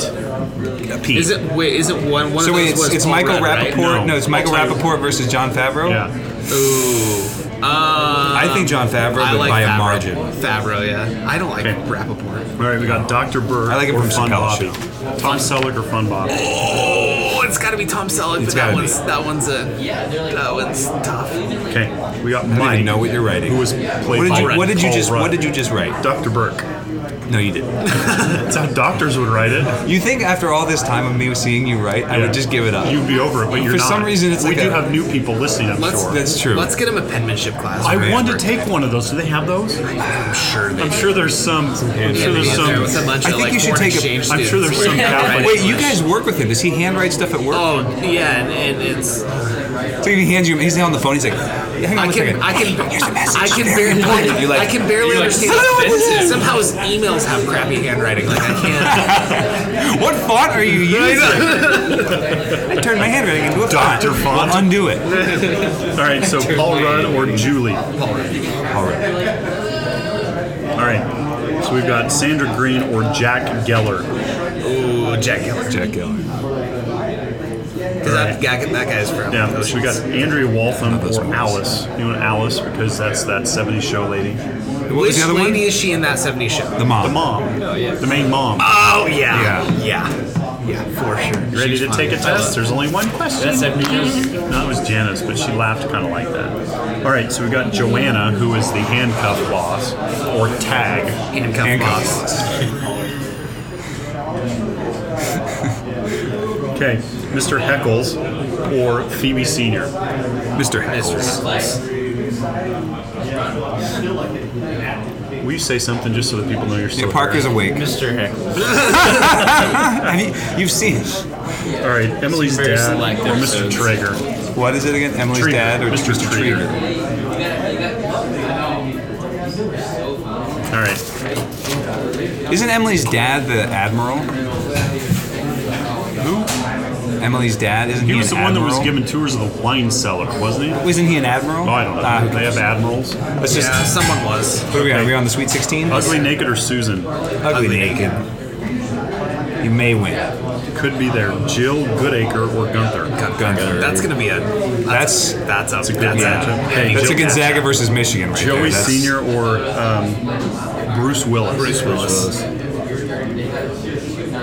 S2: Pete.
S5: Is it? Wait. Is it one? One
S1: So
S5: of those
S1: wait, it's,
S5: was
S1: it's
S5: Paul
S1: Michael
S5: Rudd, right?
S1: Rappaport.
S2: No.
S1: No. it's Michael
S2: I'll tell you.
S1: Rappaport versus John Favreau.
S2: Yeah.
S5: Ooh. Uh,
S1: I think John Favreau,
S5: I
S1: but
S5: like
S1: by
S5: Favreau.
S1: a margin.
S5: Favreau. Yeah. I don't like
S2: Okay.
S5: Rappaport.
S2: All right, we got Dr. Bird
S1: I like it
S2: or
S1: from
S2: Fun
S1: Chappelle's
S2: Bobby. Tom Selleck or Fun Bobby.
S5: Oh, it's got to be Tom Selleck.
S1: It's
S5: but
S1: gotta
S5: that
S1: be.
S5: one's that one's a that one's tough.
S2: Okay, we got
S1: I don't
S2: Mike.
S1: even know what you're writing.
S2: Who was played
S1: What did
S2: by
S1: you, what did you
S2: Paul
S1: just
S2: Rudd.
S1: What did you just write?
S2: Dr. Burke.
S1: No, you didn't.
S2: That's how doctors would write it.
S1: You think after all this time of me seeing you write, I
S2: Yeah.
S1: would just give it up?
S2: You'd be over it, but you're
S1: For
S2: not.
S1: some reason, it's
S2: we
S1: like
S2: do
S1: a-
S2: have new people listening. I'm
S5: Let's-
S2: sure.
S1: That's true.
S5: Let's get him a penmanship class.
S2: I
S5: man.
S2: want to take one of those. Do they have those?
S5: I'm sure they.
S2: I'm sure there's some. I'm sure there's
S5: There was a
S2: some.
S5: bunch
S1: I
S5: of,
S1: think
S5: like,
S1: you should
S5: foreign
S1: take a-
S5: exchange
S2: I'm sure
S5: students.
S2: there's some Catholic-
S1: Wait, you guys work with him? Does he handwrite stuff at work?
S5: Oh yeah, and, and it's
S1: So he hands you. He's on the phone. He's like, hang on
S5: I
S1: one
S5: can
S1: second.
S5: I can
S1: Here's the message.
S5: I can
S1: Very
S5: barely
S1: important. You're like-
S5: I can barely understand.
S1: "Hello."
S5: Somehow his emails have crappy handwriting. Like I can't.
S1: What font are you using? I turned my handwriting into a
S2: Dr. font.
S1: Well, undo it.
S2: All right, so Paul Rudd or Julie. All
S1: All right.
S2: right, so we've got Sandra Green or Jack Geller.
S5: Ooh, Jack Geller.
S1: Oh, Jack Geller.
S5: Because that guy, that guy's from.
S2: Yeah, so we got Andrea Waltham
S1: those
S2: or
S1: ones.
S2: Alice. You know Alice because that's that '70s show lady,
S1: What was
S5: Which
S1: the other
S5: lady
S1: one?
S5: is she in that '70s show?
S1: The mom.
S2: the mom, the main mom.
S5: Oh yeah, yeah, yeah, for sure.
S2: You ready to take a test? There's only one question.
S6: That's every year.
S2: No, it was Janice, but she laughed kind of like that. All right, so we've got Joanna, who is the handcuff boss, or tag.
S5: Handcuff,
S1: Handcuff
S5: boss.
S2: Okay, Mr. Heckles or Phoebe Senior.
S1: Mr. Heckles.
S5: Mr.
S2: Will you say something just so that people know you're still
S1: Yeah, Parker's
S2: here?
S1: awake.
S6: Mr. Heckles.
S1: Have you, you've seen it.
S2: All right, Emily's
S6: Very
S2: dad
S6: selective,
S2: or Mr.
S6: so it's-
S2: Traeger.
S1: What is it again? Emily's
S2: Treater.
S1: dad or
S2: Mr.
S1: Mr.
S2: Treater.
S1: Treater?
S2: All right,
S1: Isn't Emily's dad the admiral?
S2: who?
S1: Emily's dad isn't he,
S2: He was
S1: an
S2: the one that
S1: admiral?
S2: was given tours of the wine cellar, wasn't he? Oh,
S1: Isn't he an admiral?
S2: I don't know.
S1: Ah, who
S2: they have
S1: cares?
S2: admirals.
S1: Let's just.
S5: Yeah, someone was.
S1: What are we on? Are we on the Sweet 16?
S2: Ugly Naked or Susan?
S1: Ugly naked. You may win.
S2: could be there. Jill Goodacre or Gunther.
S1: Gunther.
S7: That's gonna be a
S1: That's-
S7: that's that's a, that's a
S2: good matchup. Hey,
S1: That's a
S2: Joe-
S1: Gonzaga versus Michigan right there.
S2: Joey
S1: That's-
S2: Senior or um, Bruce Willis. Bruce
S7: Willis.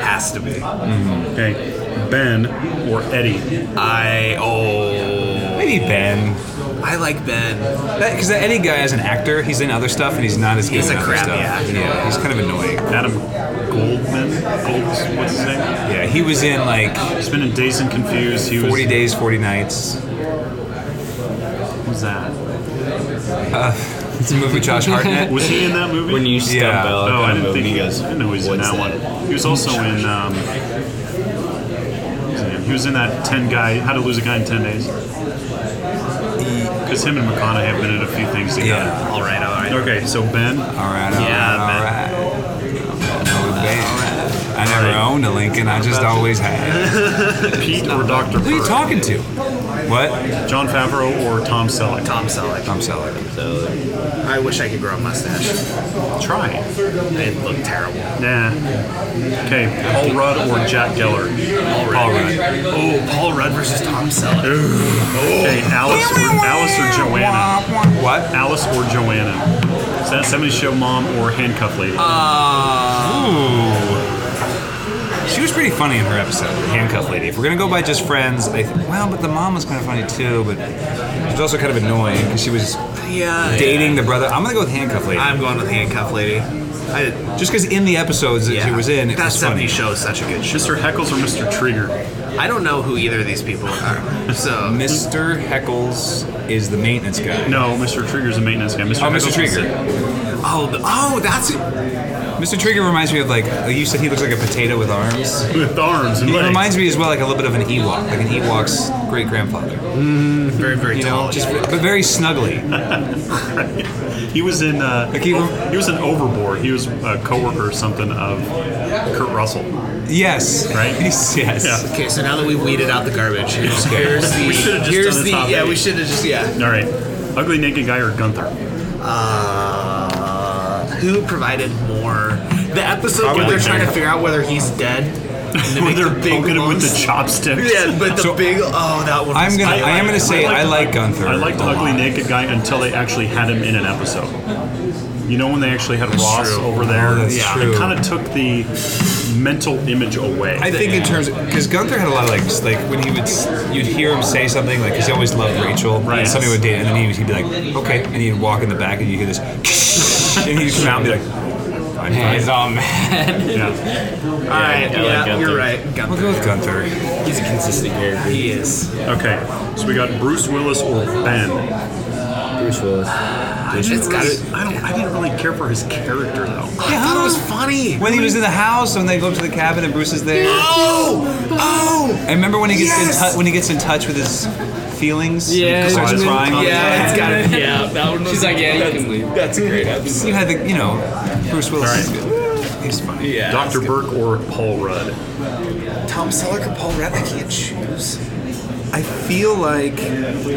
S7: Has to be.
S2: Okay. Ben or Eddie.
S7: I oh
S1: Maybe Ben.
S7: I like Ben.
S1: Because that Eddie guy is an actor. He's in other stuff, and he's not as good
S7: He's
S1: in
S7: a
S1: other
S7: crappy
S1: stuff.
S7: actor.
S1: Yeah, he's kind of annoying.
S2: Adam Goldman. Golds, what's his name?
S1: Yeah, he was in like
S2: He's been in Days and Confused. He was.
S1: 40 Days, 40 Nights.
S2: what was that?
S1: It's a movie with Josh Hartnett.
S2: Was he in that movie?
S6: When you stump
S1: Yeah.
S6: out,
S2: Oh, I didn't think
S6: he
S2: he
S6: goes.
S2: I didn't know he was in
S6: "What's
S2: that, one. He was also in. Um, what's his name? he was in that ten guy. How to lose a guy in ten days. Because him and McConaughey have been in a few things together.
S1: Yeah.
S7: All right, all right.
S2: Okay, so Ben.
S1: All right, all
S7: Yeah,
S1: right, all right. No debate. I never owned a Lincoln. I just always had.
S2: Pete or Dr.
S1: Who are you
S2: Bird?
S1: talking to? What?
S2: John Favreau or Tom Selleck?
S7: Tom Selleck.
S1: Tom Selleck.
S5: I wish I could grow a mustache.
S2: Try. it.
S7: It looked terrible.
S2: Nah. Okay, Paul Rudd or Jack Geller?
S7: Paul
S1: Paul
S7: Rudd.
S1: Rudd.
S7: Oh, Paul Rudd versus Tom Selleck.
S2: Okay, Alice or, Alice or Joanna?
S1: What?
S2: Alice or Joanna? Is that 70 Show Mom or Handcuff Lady?
S1: Uh, Ooh. She was pretty funny in her episode, the Handcuff Lady. If we're gonna go by just friends, I th- well, but the mom was kind of funny too, but she was also kind of annoying because she was
S5: Yeah.
S1: dating the brother. I'm gonna go with Handcuff Lady.
S5: I'm going with handcuff lady. I didn't.
S1: Just because in the episodes that she was in, it
S5: that
S1: was funny.
S5: 70 show is such a good show.
S2: Mr. Heckles or Mr. Trigger?
S5: I don't know who either of these people are. So
S1: Mr. Heckles is the maintenance guy.
S2: No, Mr. Trigger's a maintenance guy. Mr.
S1: Oh, Mr.
S2: Heckles is
S1: Trigger.
S2: a-
S5: oh the, oh that's it.
S1: Mr. Trigger reminds me of like you said he looks like a potato with arms.
S2: With arms and
S1: He
S2: legs.
S1: reminds me as well like a little bit of an Ewok, like an Ewok's great grandfather.
S5: very very
S1: You
S5: tall.
S1: know, just but very snuggly.
S2: he was in. Uh,
S1: Like he-
S2: he was in Overboard. He was a coworker or something of Kurt Russell.
S1: Yes.
S2: Right?
S1: He's- yes.
S2: Yeah.
S5: okay, so now that we've weeded out the garbage, here's, here's the
S2: We should've just
S5: here's
S2: done the
S5: the
S2: top
S5: yeah
S2: eight.
S5: we should have just yeah.
S2: All right, Ugly Naked Guy or Gunther?
S5: Uh, who provided more? The episode where
S2: Probably
S5: they're trying to
S2: Jacob.
S5: figure out whether he's dead. and they
S2: When
S5: make
S2: they're
S5: the big
S2: poking him with
S5: lumps.
S2: the chopsticks.
S5: Yeah, but the
S1: So-
S5: big oh that one.
S1: I'm
S5: was-
S1: gonna. I, am gonna say I like, Gunther.
S2: I liked
S1: a lot.
S2: Ugly Naked Guy until they actually had him in an episode. You know when they actually had Ross
S1: true.
S2: over there?
S1: Oh, that's
S2: yeah,
S1: true.
S2: it kind of took the mental image away.
S1: I think in terms because Gunther had a lot of like s- like when he would s- you'd hear him say something like because he always loved Rachel
S2: Right.
S1: and somebody would date and then he would, he'd be like okay and he'd walk in the back and you hear this and he'd come out and be like I'm fine.
S6: He's all mad.
S2: yeah.
S5: All right,
S6: I like
S5: yeah,
S6: Gunther.
S5: you're right.
S1: We'll
S5: Gunther.
S1: go with Gunther.
S6: He's a consistent character.
S5: He is.
S2: Okay, so we got Bruce Willis or Ben.
S6: Bruce Willis.
S5: It's got it.
S2: I don't. I didn't really care for his character though.
S5: I thought it was funny.
S1: When he was in the house, when they go up to the cabin and Bruce is there. Oh, oh! I remember when he gets
S5: Yes!
S1: in tu- when he gets in touch with his feelings.
S6: Yeah,
S1: he starts
S2: it's-
S1: crying. all the
S5: yeah,
S1: time.
S5: it's got it.
S6: Yeah, that one was She's like, yeah, you can leave.
S5: That's a great episode.
S1: You had the you know Bruce Willis. is
S2: All
S1: good. He's funny.
S6: Yeah.
S2: Dr. Burke or Paul Rudd?
S5: Tom Selleck or Paul Rudd? I can't choose.
S1: I feel like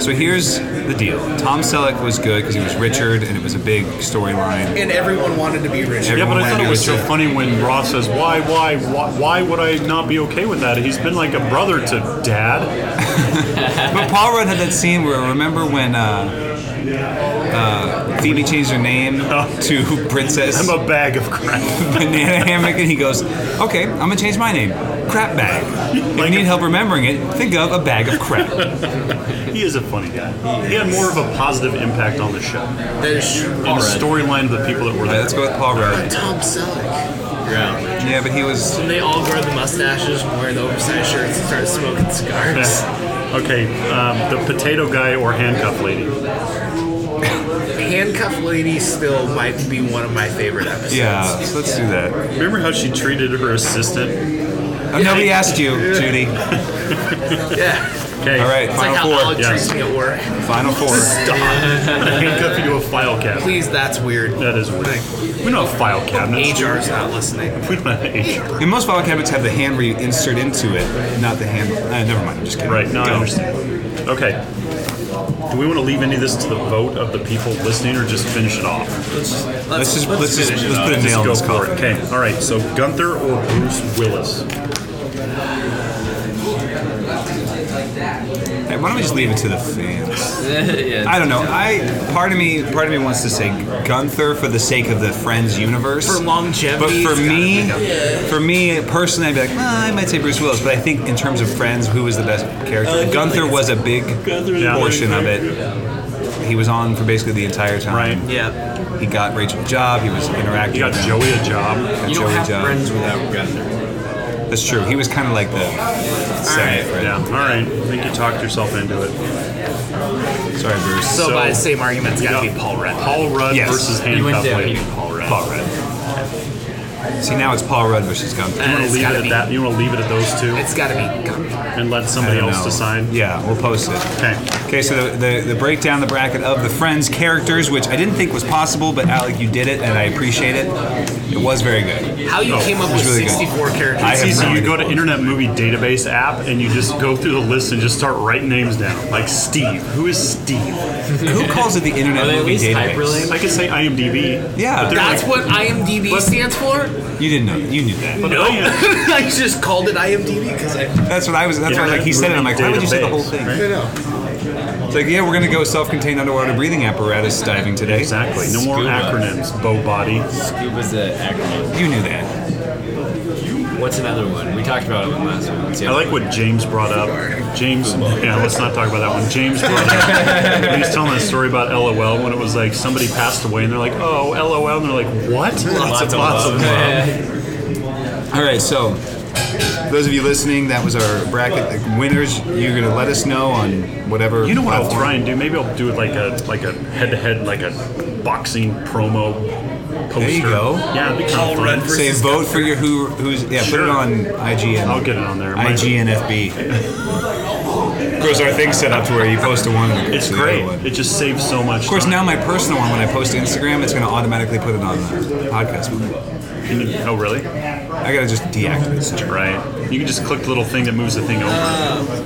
S1: so. Here's the deal. Tom Selleck was good because he was Richard, and it was a big storyline.
S5: And everyone wanted to be rich.
S1: Yeah,
S2: Yeah, but I thought it was so
S1: Everyone
S2: funny when Ross says, "Why, why, why, why would I not be okay with that? He's been like a brother to Dad."
S1: But Paul Rudd had that scene where remember when uh, uh, Phoebe changed her name to Princess
S2: Oh. I'm a bag of crap.
S1: Banana Hammock, and he goes, "Okay, I'm gonna change my name, Crap Bag." If you
S2: Like-
S1: need help remembering it, think of a bag of crap.
S2: He is a funny guy. He had more of a positive impact on the show and
S5: There's
S2: the storyline of the people that were
S1: All right,
S2: there.
S1: let's go with Paul Rudd.
S5: Tom Selleck. Yeah.
S1: Yeah, but he was
S5: When they all grow the mustaches and wear the oversized shirts and start smoking cigars.
S2: Yeah. Okay, um, the potato guy or handcuff lady?
S5: Handcuff Lady still might be one of my favorite episodes.
S1: yeah. So let's do that.
S2: Remember how she treated her assistant?
S1: Oh, nobody asked you, Judy. All
S5: Yeah.
S2: Okay,
S1: right,
S5: It's like how
S1: final
S5: Alec
S1: four.
S2: yeah.
S5: treats me at work.
S1: Final four.
S2: I'm gonna handcuff you to a file cabinet.
S5: Please, that's weird.
S2: That is weird. We don't have file cabinets.
S5: HR's not listening.
S2: We don't have HR.
S1: And most file cabinets have the hand re insert into it, not the hand. Uh, never mind, I'm just kidding.
S2: Right, now I
S1: Go.
S2: understand. Okay. Do we want to leave any of this to the vote of the people listening or just finish it off?
S1: Let's just let's, just let's put a
S2: Just
S1: nail in
S2: go
S1: this
S2: for it.
S1: coffin.
S2: Okay, all right, so Gunther or Bruce Willis?
S1: Why don't we just leave it to the fans?
S6: yeah,
S1: I don't know. I part of me, part of me wants to say Gunther for the sake of the Friends universe.
S5: For
S1: But
S5: longevity,
S1: for
S5: it's gotta
S1: me,
S5: be Gunther.
S1: for me personally, I'd be like, "Ah, I might say Bruce Willis, but I think in terms of Friends, who was the best character? Gunther was a big
S2: Yeah.
S1: portion of it. He was on for basically the entire time.
S2: Right.
S5: Yeah.
S1: He got Rachel a job. He was interacting.
S2: You got
S1: with
S2: Joey a job.
S1: You don't
S6: you don't
S1: Joey have
S6: have
S1: Jones. friends
S6: friends without Gunther.
S1: That's true. He was kind of like the. Say it, right?
S2: Yeah. All right. I think you talked yourself into it.
S1: Sorry, Bruce.
S5: So,
S2: So-
S5: by the same argument, it's got to
S2: Yeah.
S5: be Paul Rudd.
S2: Paul Rudd
S1: Yes.
S2: versus
S6: You went
S2: handcuff
S6: there.
S2: lady. Paul Rudd. Paul Rudd.
S1: See, now it's Paul Rudd versus Gunther.
S2: You want to
S5: It's
S2: leave it
S5: gotta
S2: at
S5: be-
S2: that? You want to leave it at those two
S5: It's got to be Gunther.
S2: and let
S1: I
S2: somebody
S1: don't
S2: else
S1: know.
S2: decide?
S1: Yeah, we'll post it.
S2: Okay.
S1: Okay, so the, the, the breakdown, the bracket of the Friends characters, which I didn't think was possible, but Alec, you did it, and I appreciate it. It was very good.
S5: How you came up
S1: it's
S5: with
S1: really good.
S5: 64 characters?
S1: I
S2: It's
S1: have
S2: easy.
S1: no
S2: You
S1: idea.
S2: go to Internet Movie Database app and you just go through the list and just start writing names down. Like Steve. Who is Steve?
S1: Who calls it the Internet
S6: Are they at
S1: Movie
S6: least
S1: Database?
S6: hyperlinked?
S2: I could say IMDb.
S1: Yeah.
S2: But they're
S5: That's
S2: like,
S5: what IMDb stands for?
S1: You didn't know. You knew that.
S2: but
S5: No.
S2: I-
S5: I just called it IMDb because I.
S1: That's what I was. That's why I was like,
S2: Internet
S1: he said it. I'm like,
S2: Movie
S1: why would you say the whole
S2: Database,
S1: thing?
S2: right?
S5: No, no.
S1: It's like, yeah, we're gonna go self-contained underwater breathing apparatus diving today.
S2: Exactly. No more
S6: Scuba.
S2: acronyms. Bow body.
S6: Scuba's the acronym.
S1: You knew that.
S6: What's another one? We talked about it one last one. Let's see
S2: I
S6: how-
S2: like what James brought up. James, yeah, let's not talk about that one. James brought up, he was telling that story about LOL when it was like somebody passed away and they're like, oh, LOL. And they're like, what? Lots,
S6: Lots of love.
S1: All right, so those of you listening, that was our bracket. The winners, you're gonna let us know on whatever.
S2: You know what I'll
S1: platform.
S2: try and do? Maybe I'll do it like a like a head to head, like a boxing promo poster.
S1: you go.
S2: Yeah, it'd be kind of fun.
S1: Say vote for your who who's yeah. Put
S2: Sure.
S1: it on IGN.
S2: I'll get it on there. My-
S1: IGNFB. of course, our thing's set up to where you post to one. and it goes
S2: It's
S1: to the other
S2: great.
S1: one.
S2: It just saves so much.
S1: Of course, now my personal one, when I post to Instagram, it's going to automatically put it on the podcast. one.
S2: oh, really?
S1: I got to just deactivate it. somewhere.
S2: Right. You can just click the little thing that moves the thing over.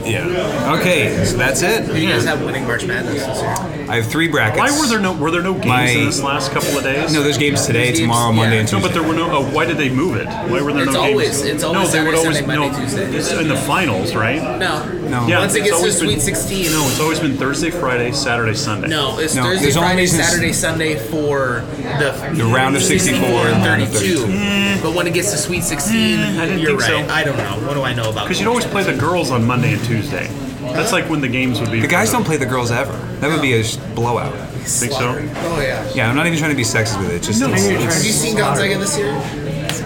S1: Yeah. Okay, so that's it.
S5: You guys have winning March Madness this year.
S1: I have three brackets.
S2: Why were there no were there no games
S1: My-
S2: in this last couple of days?
S1: No, there's games today,
S5: There's games-
S1: tomorrow, Monday,
S5: yeah.
S1: and
S2: No,
S1: Tuesday.
S2: but there were no. Oh, why did they move it? Why were there
S5: It's
S2: no
S5: always-
S2: games?
S5: it's always
S2: no, they would
S5: Saturday,
S2: always
S5: Sunday, Monday,
S2: no.
S5: Tuesday.
S2: It's in the finals,
S1: Uh-huh.
S2: right?
S5: No.
S1: No.
S2: Yeah,
S5: Once it
S2: it's
S5: gets to
S2: always been-
S5: Sweet 16.
S2: No, it's always been Thursday, Friday, Saturday, Sunday.
S5: No, it's
S1: No,
S5: Thursday,
S1: there's only
S5: Friday,
S1: since-
S5: Saturday, Sunday for the,
S1: The round of 64 and
S5: and
S1: round of Mm,
S5: 32.
S1: 32.
S5: But when it gets to Sweet 16,
S2: I didn't
S5: you're
S2: think so.
S5: right. I don't know. What do I know about
S2: Because you'd always play the girls on Monday and Tuesday. That's like when the games would be.
S1: The guys don't play the girls ever. That would be a sh- blowout.
S2: think so.
S5: Oh, yeah.
S1: Yeah, I'm not even trying to be sexist with it. It's just it's-
S5: Have you seen Gonzaga this year?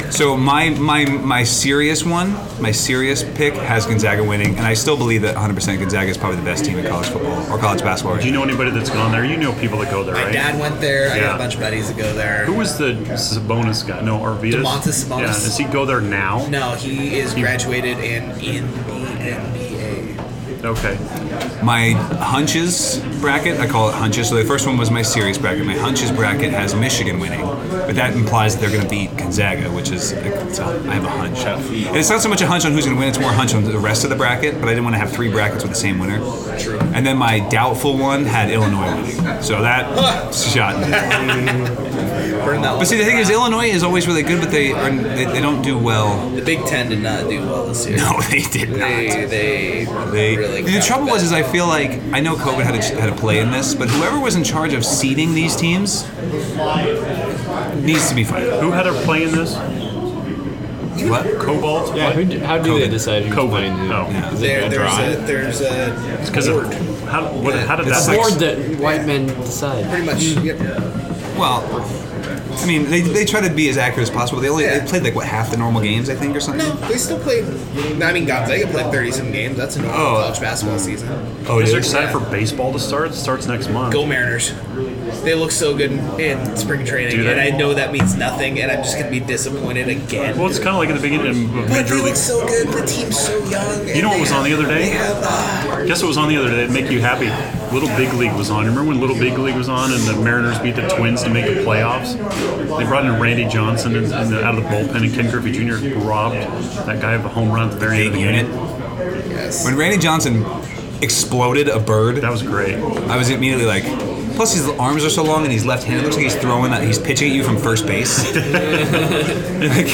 S1: So my my my serious one, my serious pick has Gonzaga winning, and I still believe that 100% Gonzaga is probably the best team in college football or college basketball.
S2: Do
S1: Right
S2: you
S1: now.
S2: know anybody that's gone there? You know people that go there,
S5: My
S2: right?
S5: dad went there. I got
S2: Yeah.
S5: a bunch of buddies that go there.
S2: Who was the Sabonis guy? No, Arvidas.
S5: DeMontis Sabonis.
S2: Yeah, does he go there now?
S5: No, he is graduated and in the NBA.
S2: Okay.
S1: My hunches bracket, I call it hunches. So the first one was my serious bracket. My hunches bracket has Michigan winning, but that implies that they're going to beat Gonzaga, which is it's a, I have a hunch. And it's not so much a hunch on who's going to win; it's more a hunch on the rest of the bracket. But I didn't want to have three brackets with the same winner. True. And then my doubtful one had Illinois winning, so that shot. in the dark.
S5: Burn that
S1: But see, the thing is, Illinois is always really good, but they are, they, they don't do well.
S5: the Big Ten did not do well this year.
S1: No, they did not.
S5: They, they,
S1: They,
S5: really.
S1: the
S5: got
S1: trouble was,
S5: bad.
S1: is I feel like I know COVID had a, had a play in this, but whoever was in charge of seeding these teams needs to be fired.
S2: Who had her play in this?
S1: What?
S2: Cobalt?
S6: Yeah, who, how do they
S1: COVID.
S6: decide who's
S2: COVID.
S6: playing who?
S2: Oh.
S1: Yeah.
S6: Is it
S5: there,
S6: a
S5: there's
S6: draw?
S5: a there's a
S2: Because
S5: board.
S2: how, what, how did
S1: It's
S2: that
S1: like-
S6: board that white men decide.
S5: pretty much. Yep.
S1: Well, I mean, they, they try to be as accurate as possible. They only
S5: Yeah.
S1: they played like what half the normal games, I think, or something.
S5: No, they still played. I mean, Gonzaga played thirty some games. That's a normal
S1: Oh.
S5: college basketball season.
S1: Oh,
S2: Is
S1: yeah.
S2: there excited for baseball to start? It starts next month.
S5: Go Mariners! They look so good in, in spring training,
S2: Do they?
S5: and I know that means nothing, and I'm just gonna be disappointed again.
S2: Well, it's kind of like at the beginning of
S5: but
S2: Major
S5: they
S2: League.
S5: look so good. The team's so young.
S2: You know what was on the other day?
S5: uh,
S2: Guess what was on the other day that make you happy? Little Big League was on. Remember when Little Big League was on and the Mariners beat the Twins to make the playoffs? They brought in Randy Johnson and, and out of the bullpen, and Ken Griffey Jr. robbed that guy of a home run at the very end of the
S1: unit.
S2: game.
S5: Yes.
S1: When Randy Johnson exploded a bird,
S2: That was great.
S1: I was immediately like. Plus, his arms are so long, and he's left-handed. It looks like he's throwing that. He's pitching at you from first base. like,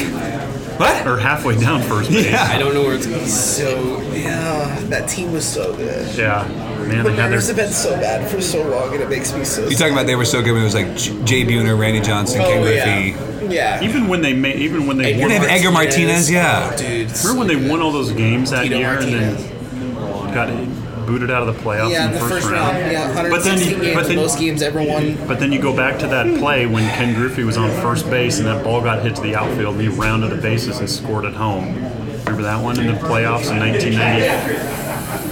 S1: What?
S2: or halfway down first base.
S1: Yeah.
S4: I don't know where it's going.
S8: So yeah, that team was so good.
S2: Yeah. Man,
S8: The
S2: they had
S8: Mariners
S2: their
S8: have been so bad for so long, and it makes me so.
S1: You talking about they were so good when it was like J- Jay Buhner, Randy Johnson, Ken
S8: Oh,
S1: Griffey.
S8: yeah. yeah.
S2: even when they made even when they
S1: And
S2: won,
S1: they have Edgar Martinez, yeah.
S8: Dude.
S2: remember when they won all those games that
S8: Tito
S2: year
S8: Martinez.
S2: and then got booted out of the playoffs
S8: Yeah, in the first round. Yeah, 116
S2: But then, you-
S8: games,
S2: but then,
S8: most games ever won.
S2: But then you go back to that play when Ken Griffey was on first base and that ball got hit to the outfield and he rounded the bases and scored at home. Remember that one in the playoffs in 1990?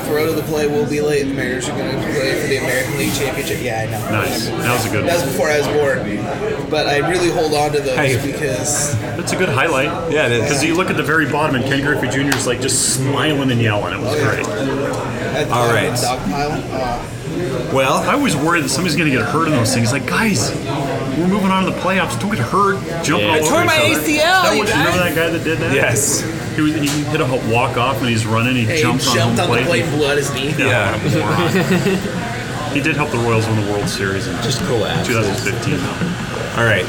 S8: Throw to the play will be late. The Mariners are going to play for the American League Championship. Yeah, I know.
S2: Nice. That was a good
S8: That was
S2: one.
S8: before I was born, but I really hold on to those
S1: Hey.
S8: because
S2: That's a good highlight.
S1: Yeah, it is.
S2: Because you look at the very bottom and Ken Griffey Jr. is like just smiling and yelling. It
S8: Oh,
S2: was great.
S8: at the
S1: All right.
S8: dog pile. Uh,
S1: Well,
S2: I was worried that somebody's going to get hurt in those things. Like, guys, we're moving on to the playoffs. Don't get hurt. Jump all
S6: I
S2: over
S6: tore
S2: each
S6: my
S2: other.
S6: ACL,
S2: That
S6: you
S2: was- remember that guy that did that?
S1: yes.
S2: He, was, he hit a walk off and he's running. He
S8: he
S2: jumps
S8: uh, jumped
S2: on
S8: on
S2: home
S8: the
S2: plate.
S8: plate, and blew out his knee.
S1: Yeah.
S2: He did help the Royals win the World Series in
S6: Just cool ass.
S2: 2015. How
S1: All right.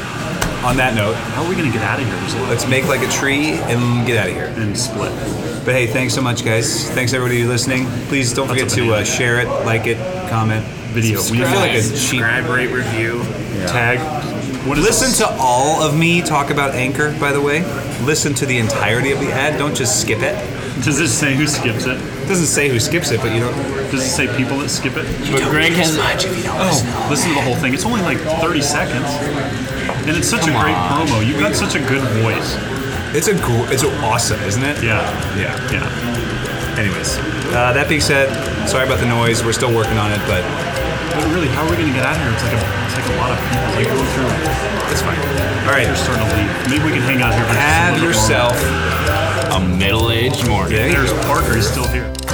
S1: On that note,
S2: are we going to get out of here? There's a lot.
S1: let's make like a tree and get out of here.
S2: and split.
S1: But hey, thanks so much, guys. Thanks everybody who's listening. Please don't forget
S2: That's a
S1: to uh,
S2: banana.
S1: share it, like it, comment.
S2: Video.
S1: We feel like a cheap.
S7: Subscribe, rate, review.
S2: Tag. What is
S1: Listen
S2: this?
S1: to all of me talk about Anchor, by the way. Listen to the entirety of the ad. Don't just skip it.
S2: Does this say who skips it?
S1: It doesn't say who skips it, but you don't.
S2: Does it say people that skip it?
S6: But Greg has
S2: Oh, listen to the whole thing. It's only like 30 seconds, and it's such a great promo. You've got such a good voice.
S1: It's a gr- it's awesome, isn't it?
S2: Yeah,
S1: Yeah.
S2: yeah.
S1: Anyways, uh, that being said, sorry about the noise. We're still working on it, but
S2: But really, how are we going to get out of here? It's like a, it's like a lot of people. Like going through.
S1: it's fine. All
S2: They're
S1: right.
S2: starting to leave. Maybe we can hang out here. For just a
S1: Have
S2: little bit longer.
S1: yourself.
S6: a middle aged morning.
S1: There you
S2: There's Parker. He's still here.